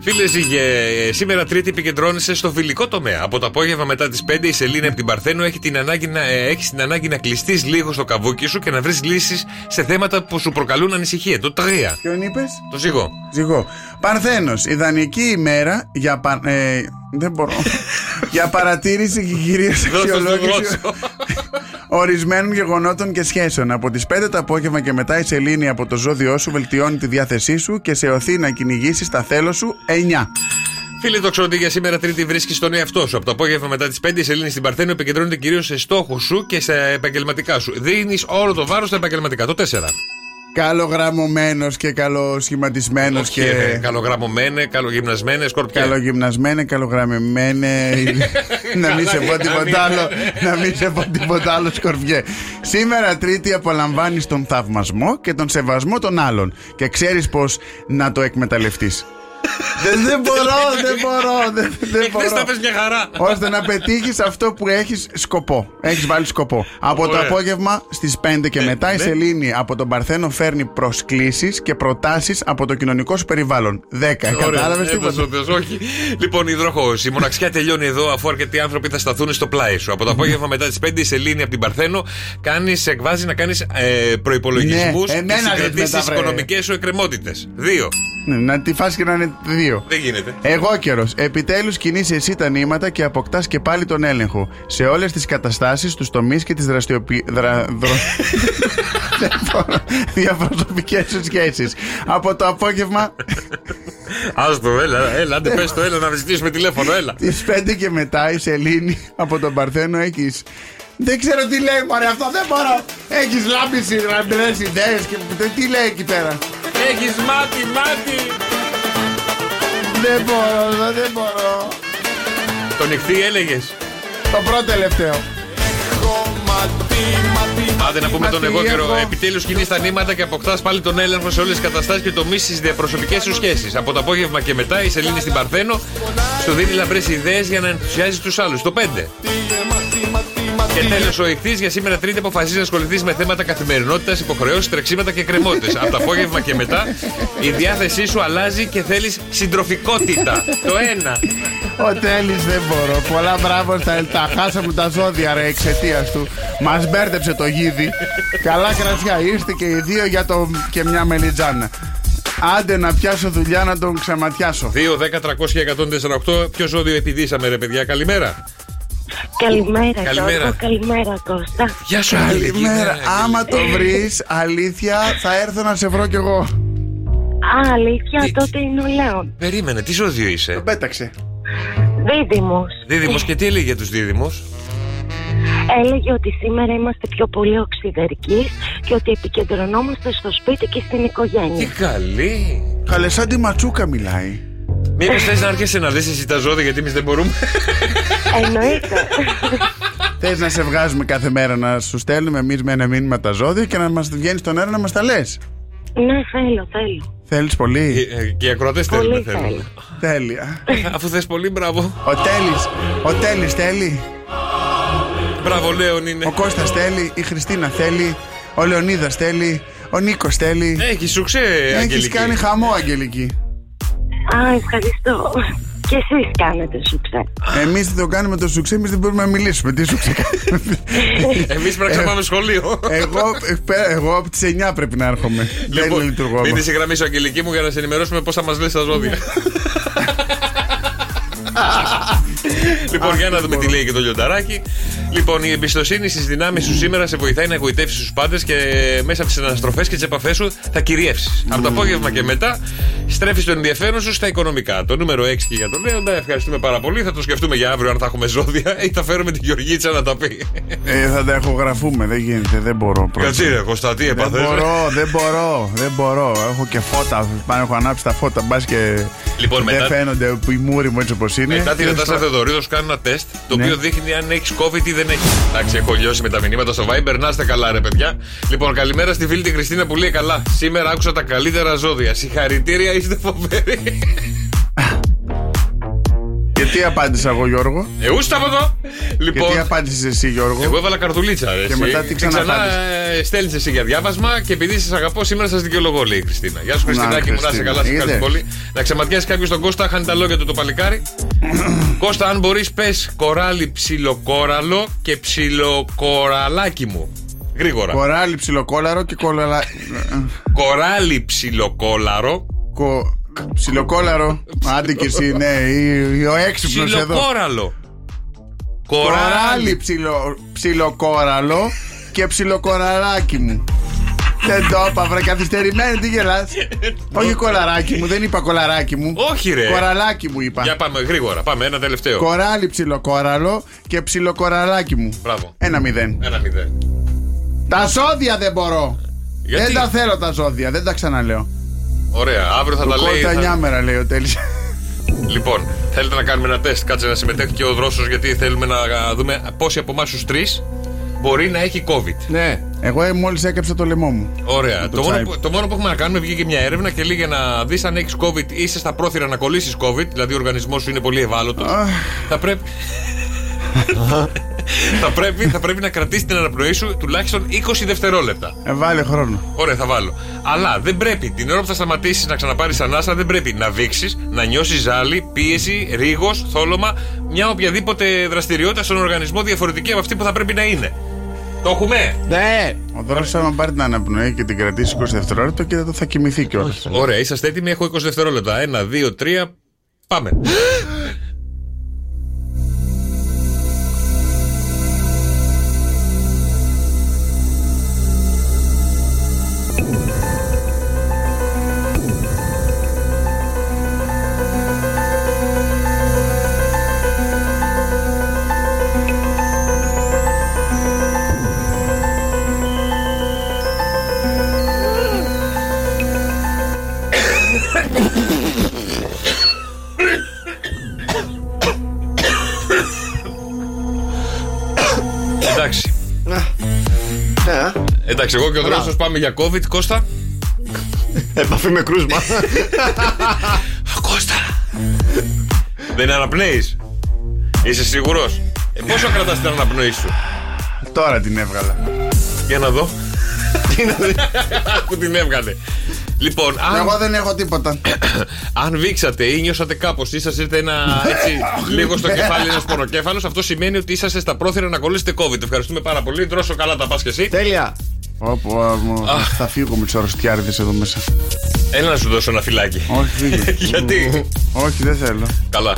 Φίλε Ζήγε, ε, σήμερα Τρίτη επικεντρώνεσαι στο φιλικό τομέα. Από το απόγευμα μετά τις 5 η Σελήνη από την Παρθένο έχει την ανάγκη να, ε, έχεις την ανάγκη να κλειστείς λίγο στο καβούκι σου και να βρεις λύσεις σε θέματα που σου προκαλούν ανησυχία. Το 3. Ποιον είπες? Το ζυγό. Ζυγό. Παρθένος, ιδανική ημέρα για, πα- ε, δεν <laughs> μπορώ. για παρατήρηση και κυρίως Δώσε το αξιολόγηση δρόσο. ορισμένων γεγονότων και σχέσεων. Από τις 5 το απόγευμα και μετά η σελήνη από το ζώδιό σου βελτιώνει τη διάθεσή σου και σε οθεί να κυνηγήσεις τα θέλω σου 9. Φίλε Τοξότη, για σήμερα Τρίτη βρίσκεις τον εαυτό σου. Από το απόγευμα μετά τις 5 η Σελήνη στην Παρθένο επικεντρώνεται κυρίως σε στόχους σου και σε επαγγελματικά σου. Δίνεις όλο το βάρος στα επαγγελματικά. Το 4. Καλογραμμωμένος και καλοσχηματισμένος Και... και... Καλογραμμωμένε, καλογυμνασμένε, σκορπιέ. Καλογυμνασμένε, καλογραμμεμένε. να μην σε πω τίποτα άλλο. να μην σε πω τίποτα άλλο, Σκορπιέ. Σήμερα Τρίτη απολαμβάνεις τον θαυμασμό και τον σεβασμό των άλλων. Και ξέρεις πώ να το εκμεταλλευτείς. δεν, δεν μπορώ, <laughs> δεν μπορώ, δεν, δεν Χθες τα μπορώ. πες μια χαρά. ώστε να πετύχεις αυτό που έχεις σκοπό. Έχεις βάλει σκοπό. Από το Ωραία. απόγευμα στις 5 και μετά η ναι. Σελήνη από τον Παρθένο φέρνει προσκλήσεις και προτάσεις από το κοινωνικό σου περιβάλλον. 10. Κατάλαβε Ωραία, τίποτα. έδωσε ο Θεός, όχι. Λοιπόν, υδροχό, η μοναξιά τελειώνει εδώ αφού αρκετοί άνθρωποι θα σταθούν στο πλάι σου. Από το απόγευμα μετά τις 5 η Σελήνη από την Παρθένο κάνεις, εκβάζει να κάνεις ε, προπολογισμού Ναι, και εμένα λες συγκρατήσει μετά, τι βρε. οικονομικές σου εκκρεμότητες. Δύο. Ναι, να τη φας και να είναι Δύο. Δεν γίνεται. Εγώ καιρός. Επιτέλους κινείσαι εσύ τα νήματα και αποκτάς και πάλι τον έλεγχο. Σε όλες τις καταστάσεις, τους τομείς και τις δραστηριοποιήσει. Δρα... <laughs> δρο- <laughs> Διαπροσωπικές σου σχέσεις. Από το απόγευμα Άστο, έλα, έλα, άντε πες το, έλα να ζητήσουμε τηλέφωνο, έλα. Τις 5 και μετά η Σελήνη από τον Παρθένο έχεις. Δεν ξέρω τι λέει, μωρέ, αυτό δεν μπορώ. Έχεις λάμπηση, λαμπρέ ιδέες και τε- τι λέει εκεί πέρα. Έχεις μάτι, μάτι. Δεν μπορώ, δεν μπορώ. Το νυχτή έλεγες. Το πρώτο τελευταίο. Άντε να πούμε τον Μάτι, εγώ καιρό. έχω. Επιτέλους κινείς τα νήματα και αποκτάς πάλι τον έλεγχο σε όλες τις καταστάσεις και τομεί στι διαπροσωπικές σου σχέσεις. Από το απόγευμα και μετά η Σελήνη στην Παρθένο σου δίνει λαμπρέ ιδέες για να ενθουσιάζεις τους άλλους. Το 5. Και τέλος, ο Ιχτή για σήμερα Τρίτη αποφασίζει να ασχοληθείς με θέματα καθημερινότητας, υποχρεώσεις, τρεξίματα και κρεμότητε. Από το απόγευμα και μετά η διάθεσή σου αλλάζει και θέλεις συντροφικότητα. Το 1. Ο Τέλης δεν μπορώ. Πολλά μπράβο στα ελτά. Χάσαμε τα ζώδια ρε εξαιτίας του. Μας μπέρδεψε το γίδι. Καλά κρασιά. Ήρθε και οι δύο για το και μια μελιτζάνα. Άντε να πιάσω δουλειά να τον ξαματιάσω. 2, 10, 300 και 148. Ποιο ζώδιο επιδίσαμε, ρε παιδιά, καλημέρα. Καλημέρα, Καλημέρα. Γιώργο. Καλημέρα, Κώστα. Γεια σου, ναι, Καλημέρα. Άμα το βρεις, αλήθεια, θα έρθω να σε βρω κι εγώ. Α, αλήθεια, τότε είναι ο Λέων. Περίμενε, τι ζώδιο είσαι. Πέταξε. Δίδυμος. Δίδυμος και τι έλεγε για τους δίδυμους. Έλεγε ότι σήμερα είμαστε πιο πολύ οξυδερκείς και ότι επικεντρωνόμαστε στο σπίτι και στην Τι οικογένεια. καλή. Καλέ, σαν τη ματσούκα μιλάει. Μήπως θες να άρχισε να δεις εσύ τα ζώδια γιατί εμείς δεν μπορούμε. <laughs> Εννοείται. Θες να σε βγάζουμε κάθε μέρα να σου στέλνουμε εμείς με ένα μήνυμα τα ζώδια και να μας βγαίνεις στον αέρα να μας τα λες. ναι, θέλω, θέλω. Θέλεις πολύ. Ε, Και οι ακροατές Πολύ θέλουν. θέλουν. Τέλεια. Αφού θες πολύ, μπράβο. Ο Τέλης. Ο Τέλης θέλει. Ναι. Μπράβο, Λέων είναι. Ο Κώστας θέλει. Η Χριστίνα θέλει. Ο Λεωνίδας θέλει. Ο Νίκος θέλει. Έχει σου ξέ, Έχει Ε, Αγγελική. κάνει χαμό, Αγγελική. Α, ευχαριστώ. Και εσείς κάνετε σουξέ. Εμείς δεν το κάνουμε το σουξέ, εμείς δεν μπορούμε να μιλήσουμε. Τι σουξέ κάνουμε. Εμείς Ε, πρέπει να ξαναπάμε σχολείο. Εγώ, ε, πε- εγώ από τις 9 πρέπει να έρχομαι. Λοιπόν, δεν λειτουργώ. μείνε στη γραμμή σου, Αγγελική μου, για να σε ενημερώσουμε πώς θα μας λες τα ζώδια. Λοιπόν, για να δούμε τι λέει και το λιονταράκι. Λοιπόν, η εμπιστοσύνη στις δυνάμεις σου σήμερα σε βοηθάει να εγωιτεύσει τους πάντες και μέσα από τις αναστροφές και τις επαφές σου θα κυριεύσεις. Από το απόγευμα και μετά στρέφεις το ενδιαφέρον σου στα οικονομικά. Το νούμερο 6 και για τον Λέοντα. Ευχαριστούμε πάρα πολύ. Θα το σκεφτούμε για αύριο αν θα έχουμε ζώδια ή θα φέρουμε τη Γεωργίτσα να τα πει. Ε, θα τα εχογραφούμε, δεν γίνεται, δεν μπορώ. πρώτα. Κατσί, <laughs> ρε Κώστα, τι Δεν έπαθες, ρε. μπορώ, δεν μπορώ, δεν μπορώ. Έχω και φώτα. Πάνω έχω ανάψει τα φώτα. Μπας και. Λοιπόν, δεν μετά- φαίνονται που οι μούροι μου έτσι όπως είναι. Μετά τη Και Νατάσα στο- Θεοδωρίδου σου κάνουν ένα τεστ το Ναι. οποίο δείχνει αν έχεις COVID ή δεν έχεις. Εντάξει, έχω λιώσει με τα μηνύματα στο Viber. Να είστε καλά, ρε παιδιά. Λοιπόν, καλημέρα στη φίλη τη Χριστίνα που λέει καλά. Σήμερα άκουσα τα καλύτερα ζώδια. Συγχαρητήρια, είστε φοβεροί. Και τι απάντησα εγώ, Γιώργο. Εούστα Ε, από εδώ. Και τι Λοιπόν, απάντησες εσύ, Γιώργο. εγώ έβαλα καρδουλίτσα, ρε. Και εσύ. μετά τι Και ξαναπάντησες. ε, στέλνεις εσύ για διάβασμα και επειδή σας αγαπώ, σήμερα σας δικαιολογώ, λέει η Χριστίνα. Γεια σου, Να, Χριστίνακη μου, να είσαι Χριστίνα, καλά, σε ευχαριστώ είδες. πολύ. Να ξεματιάσει κάποιος τον Κώστα, χάνει τα λόγια του το <clears throat> παλικάρι. Κώστα, αν μπορείς, πες κοράλι ψιλοκόραλο και ψιλοκοραλάκι μου. Γρήγορα. Κοράλι, ψιλοκόλαρο και κολαλα... Κοράλι ψιλοκόλαρο. Κο... Ψιλοκόλαρο. Άντε και εσύ, ναι, ή- ή ο έξυπνος εδώ. Ψιλοκόραλο. Κοράλι, Κοράλι. ψιλο... ψιλοκόραλο και ψιλοκοραράκι μου. Δεν το είπα, βρε καθυστερημένη, τι γελάς Όχι κολαράκι μου, δεν είπα κολαράκι μου. Όχι, ρε. Κοραλάκι μου είπα. Για πάμε γρήγορα. Πάμε ένα τελευταίο. Κοράλι, ψιλοκόραλο και ψιλοκοραλάκι μου. Μπράβο. Ένα μηδέν. Ένα μηδέν. Τα ζώδια δεν μπορώ. Γιατί? Δεν τα θέλω τα ζώδια, δεν τα ξαναλέω. Ωραία, αύριο θα τα λέει. Κόρτα θα- 9 μέρα λέει ο Τέλης. Λοιπόν, θέλετε να κάνουμε ένα τεστ, κάτσε να συμμετέχει και ο δρόσος γιατί θέλουμε να δούμε πόσοι από εμάς τους τρεις μπορεί να έχει COVID. Ναι. Εγώ μόλις έκαψα το λαιμό μου. Ωραία. Το Το, μόνο τσάι. που, το μόνο που έχουμε να κάνουμε βγήκε μια έρευνα και λέει για να δεις αν έχεις COVID ή είσαι στα πρόθυρα να κολλήσεις COVID, δηλαδή ο οργανισμός σου είναι πολύ ευάλωτος. θα πρέπει. <laughs> θα, πρέπει, θα πρέπει να κρατήσει την αναπνοή σου τουλάχιστον 20 δευτερόλεπτα. Ε, βάλε χρόνο. Ωραία, θα βάλω. Αλλά δεν πρέπει την ώρα που θα σταματήσεις να ξαναπάρεις ανάσα, δεν πρέπει να δείξει, να νιώσεις ζάλη, πίεση, ρίγος, θόλωμα, μια οποιαδήποτε δραστηριότητα στον οργανισμό διαφορετική από αυτή που θα πρέπει να είναι. Το έχουμε. Ναι. Ο δρόμος, άμα πάρει την αναπνοή και την κρατήσει 20 δευτερόλεπτα, και θα- θα κοιμηθεί κιόλας. Ωραία, είσαστε έτοιμοι. Έχω 20 δευτερόλεπτα. Ένα, δύο, τρία. Πάμε. Εντάξει. Εντάξει, εγώ και ο Μπράβο. Δρόσος πάμε για COVID. Κώστα. Επαφή με κρούσμα. Δεν αναπνέεις Είσαι σίγουρος ε, Πόσο κρατάς την αναπνοή σου <laughs> Τώρα την έβγαλα. Για να δω Που την έβγαλε Λοιπόν, αν, Εγώ δεν έχω τίποτα. αν βήξατε ή νιώσατε κάπως ή σας ήρθε ένα έτσι λίγο στο κεφάλι ένας πονοκέφαλος αυτό σημαίνει ότι είσαστε στα πρόθυρα να κολλήσετε COVID. Ευχαριστούμε πάρα πολύ. Δρόσο καλά τα πας και εσύ. Τέλεια. Όπου θα φύγω με τους αρρωστιάριδες εδώ μέσα. Έλα να σου δώσω ένα φυλάκι. Όχι, φύγε. <laughs> Γιατί? Όχι, δεν θέλω. Καλά.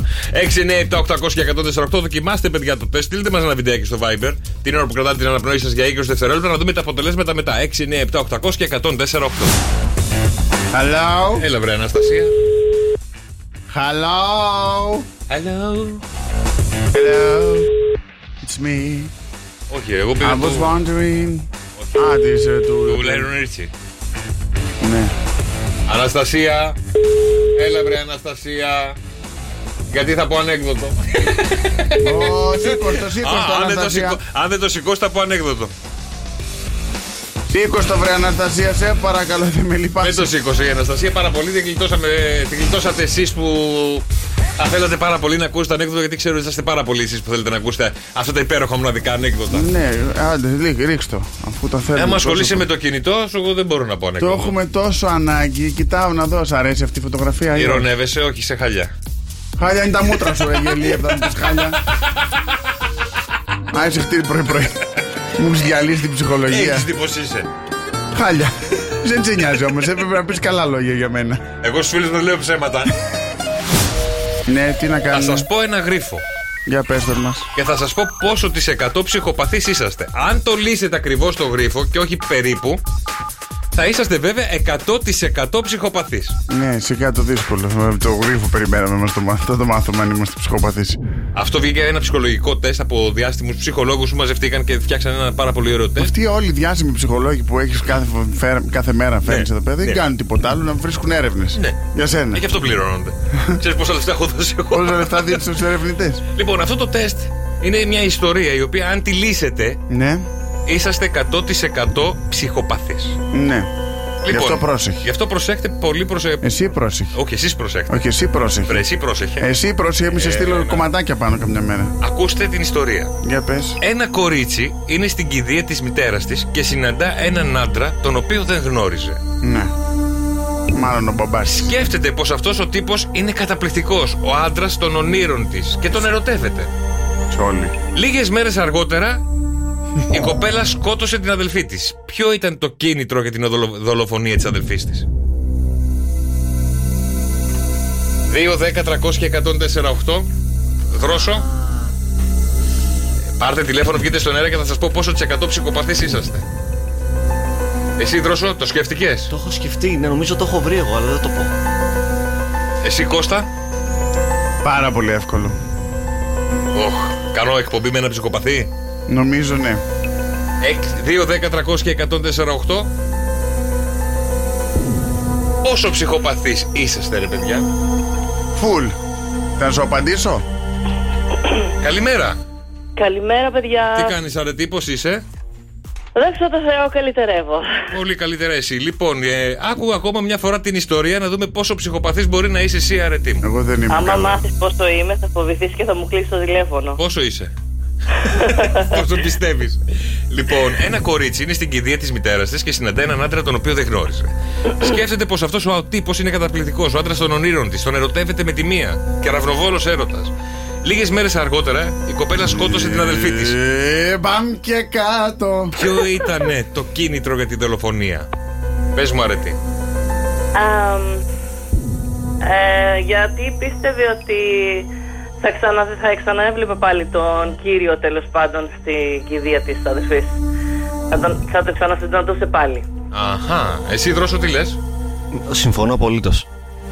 6, 9, 7, 800 και 148. Δοκιμάστε, παιδιά, το τεστ. Στείλτε μας ένα βιντεάκι στο Viber την ώρα που κρατάτε την αναπνοή σας για 20 δευτερόλεπτα να δούμε τα αποτελέσματα μετά. 6, 9, 7, 800 και 148. Hello. Έλα, βρε Αναστασία. Hello. Hello. Hello. It's me. Όχι, εγώ πήγα. I was του- wondering. Άντε, είσαι Του του. Λάιρον Ρίτσι. Ναι. Αναστασία. Έλα, βρε Αναστασία. Γιατί θα πω <laughs> ανέκδοτο. Ω, Σήκω το, σήκω Α, το, αν, δεν το Αναστασία. σηκώ- αν δεν το σηκώσει, θα πω ανέκδοτο. Σήκω το, βρε Αναστασία, σε παρακαλώ, δεν με λυπάσαι. Δεν το σήκωσε η Αναστασία πάρα πολύ. Την γλιτώσαμε, την γλιτώσατε εσείς που θα θέλατε πάρα πολύ να ακούσετε ανέκδοτα γιατί ξέρω ότι είσαστε πάρα πολύ εσείς που θέλετε να ακούσετε αυτά τα υπέροχα μοναδικά ανέκδοτα. Ναι, άντε, λί- ρίξτε το. Αφού το θέλω. Άμα ασχολείσαι με το κινητό, σου εγώ δεν μπορώ να πω Το ανέκδοτα. έχουμε τόσο ανάγκη. Κοιτάω να δω, σ' αρέσει αυτή η φωτογραφία. ή όχι. Ηρωνεύεσαι, όχι σε χαλιά. Χάλια είναι τα μούτρα σου, ρε γελία, από τα χάλια. Α, είσαι χτύπη πρωί-πρωί. Μου έχεις διαλύσει την ψυχολογία. Έχεις τι πώς είσαι. Χάλια. Δεν σε νοιάζει όμως, έπρεπε να πεις καλά λόγια για μένα. Εγώ στους φίλους δεν λέω ψέματα. Ναι, τι να θα κάνουμε. σας πω ένα γρίφο Για πες μας. και θα σας πω πόσο τη εκατό ψυχοπαθείς είσαστε. Αν το λύσετε ακριβώς το γρίφο και όχι περίπου, θα είσαστε βέβαια 100% ψυχοπαθείς. Ναι, σιγά το δύσκολο. Ε, Το γρίφο περιμέναμε να μας το μάθουμε. Θα το μάθουμε αν είμαστε ψυχοπαθείς. Αυτό βγήκε ένα ψυχολογικό τεστ από διάστημους ψυχολόγους που μαζευτήκαν και φτιάξαν ένα πάρα πολύ ωραίο τεστ. Αυτοί όλοι οι διάσημοι ψυχολόγοι που έχεις κάθε, φέρα- κάθε μέρα φέρνεις εδώ πέρα ναι. δεν κάνουν τίποτα άλλο να βρίσκουν έρευνες. Ναι. Για σένα. Ε, Γι' αυτό <laughs> πληρώνονται. Ξέρεις πόσα λεφτά έχω δώσει εγώ. Πόσα λεφτά δίνεις στους ερευνητές. λοιπόν, αυτό το τεστ είναι μια ιστορία η οποία αν τη λύσετε, Ναι, είσαστε 100% ψυχοπαθείς. Λοιπόν, ναι. Γι' αυτό πρόσεχε. Γι' αυτό προσέχετε πολύ προσέχετε. Εσύ πρόσεχε. Όχι, εσείς προσέχετε. Όχι, εσύ πρόσεχε. Βρε, εσύ πρόσεχε. Εσύ πρόσεχε, μη σε στείλω κομματάκια πάνω καμιά μέρα. Ακούστε την ιστορία. Για πες. Ένα κορίτσι είναι στην κηδεία της μητέρας της και συναντά έναν άντρα τον οποίο δεν γνώριζε. Ναι. Μάλλον ο μπαμπάς. Σκέφτεται πως αυτός ο τύπος είναι καταπληκτικός, ο άντρας των ονείρων της και τον ερωτεύεται. Όλοι. Λίγες μέρες αργότερα, η κοπέλα σκότωσε την αδελφή της. Ποιο ήταν το κίνητρο για την οδολο- δολοφονία της αδελφής της. 2, 10, 300 και 148. Δρόσο. Ε, Πάρτε τηλέφωνο, βγείτε στον αέρα και θα σας πω πόσο τη 100 ψυχοπαθεί είσαστε. Εσύ, Δρόσο, το σκέφτηκες. Το έχω σκεφτεί, ναι, νομίζω το έχω βρει εγώ, αλλά δεν το πω. Εσύ, Κώστα. Πάρα πολύ εύκολο. Οχ, κάνω εκπομπή με ένα ψυχοπαθή. Νομίζω ναι. 2, 10, 300 και 148. Πόσο ψυχοπαθείς είσαστε, ρε παιδιά. Φουλ. Θα σου απαντήσω. Καλημέρα. Καλημέρα, παιδιά. Τι κάνεις αρετή, πώς είσαι. Δόξα τω Θεώ, καλυτερεύω. Πολύ καλύτερα εσύ. Λοιπόν, ε, άκου ακόμα μια φορά την ιστορία να δούμε πόσο ψυχοπαθής μπορεί να είσαι εσύ, αρετή μου. Εγώ δεν Άμα μάθεις πόσο είμαι, θα φοβηθείς και θα μου κλείσεις το τηλέφωνο. Πόσο <laughs> είσαι. Πόσο πιστεύεις. λοιπόν, ένα κορίτσι είναι στην κηδεία της μητέρας της και συναντά έναν άντρα τον οποίο δεν γνώριζε. Σκέφτεται πως αυτός ο τύπος είναι καταπληκτικός, ο άντρας των ονείρων της, τον ερωτεύεται με τη μία. Κεραυνοβόλο έρωτας. Λίγες μέρες αργότερα η κοπέλα σκότωσε την αδελφή της. Ε, μπαμ και κάτω. Ποιο ήταν το κίνητρο για την δολοφονία. Πες μου, αρετή. Αμ, ε, γιατί πίστευε ότι θα, ξανα, θα ξαναέβλεπε πάλι τον κύριο τέλος πάντων στην κηδεία της αδερφής. Θα τον, θα τον ξανασυναντούσε πάλι. Αχά. Εσύ δρόσο τι λες. Συμφωνώ απολύτως.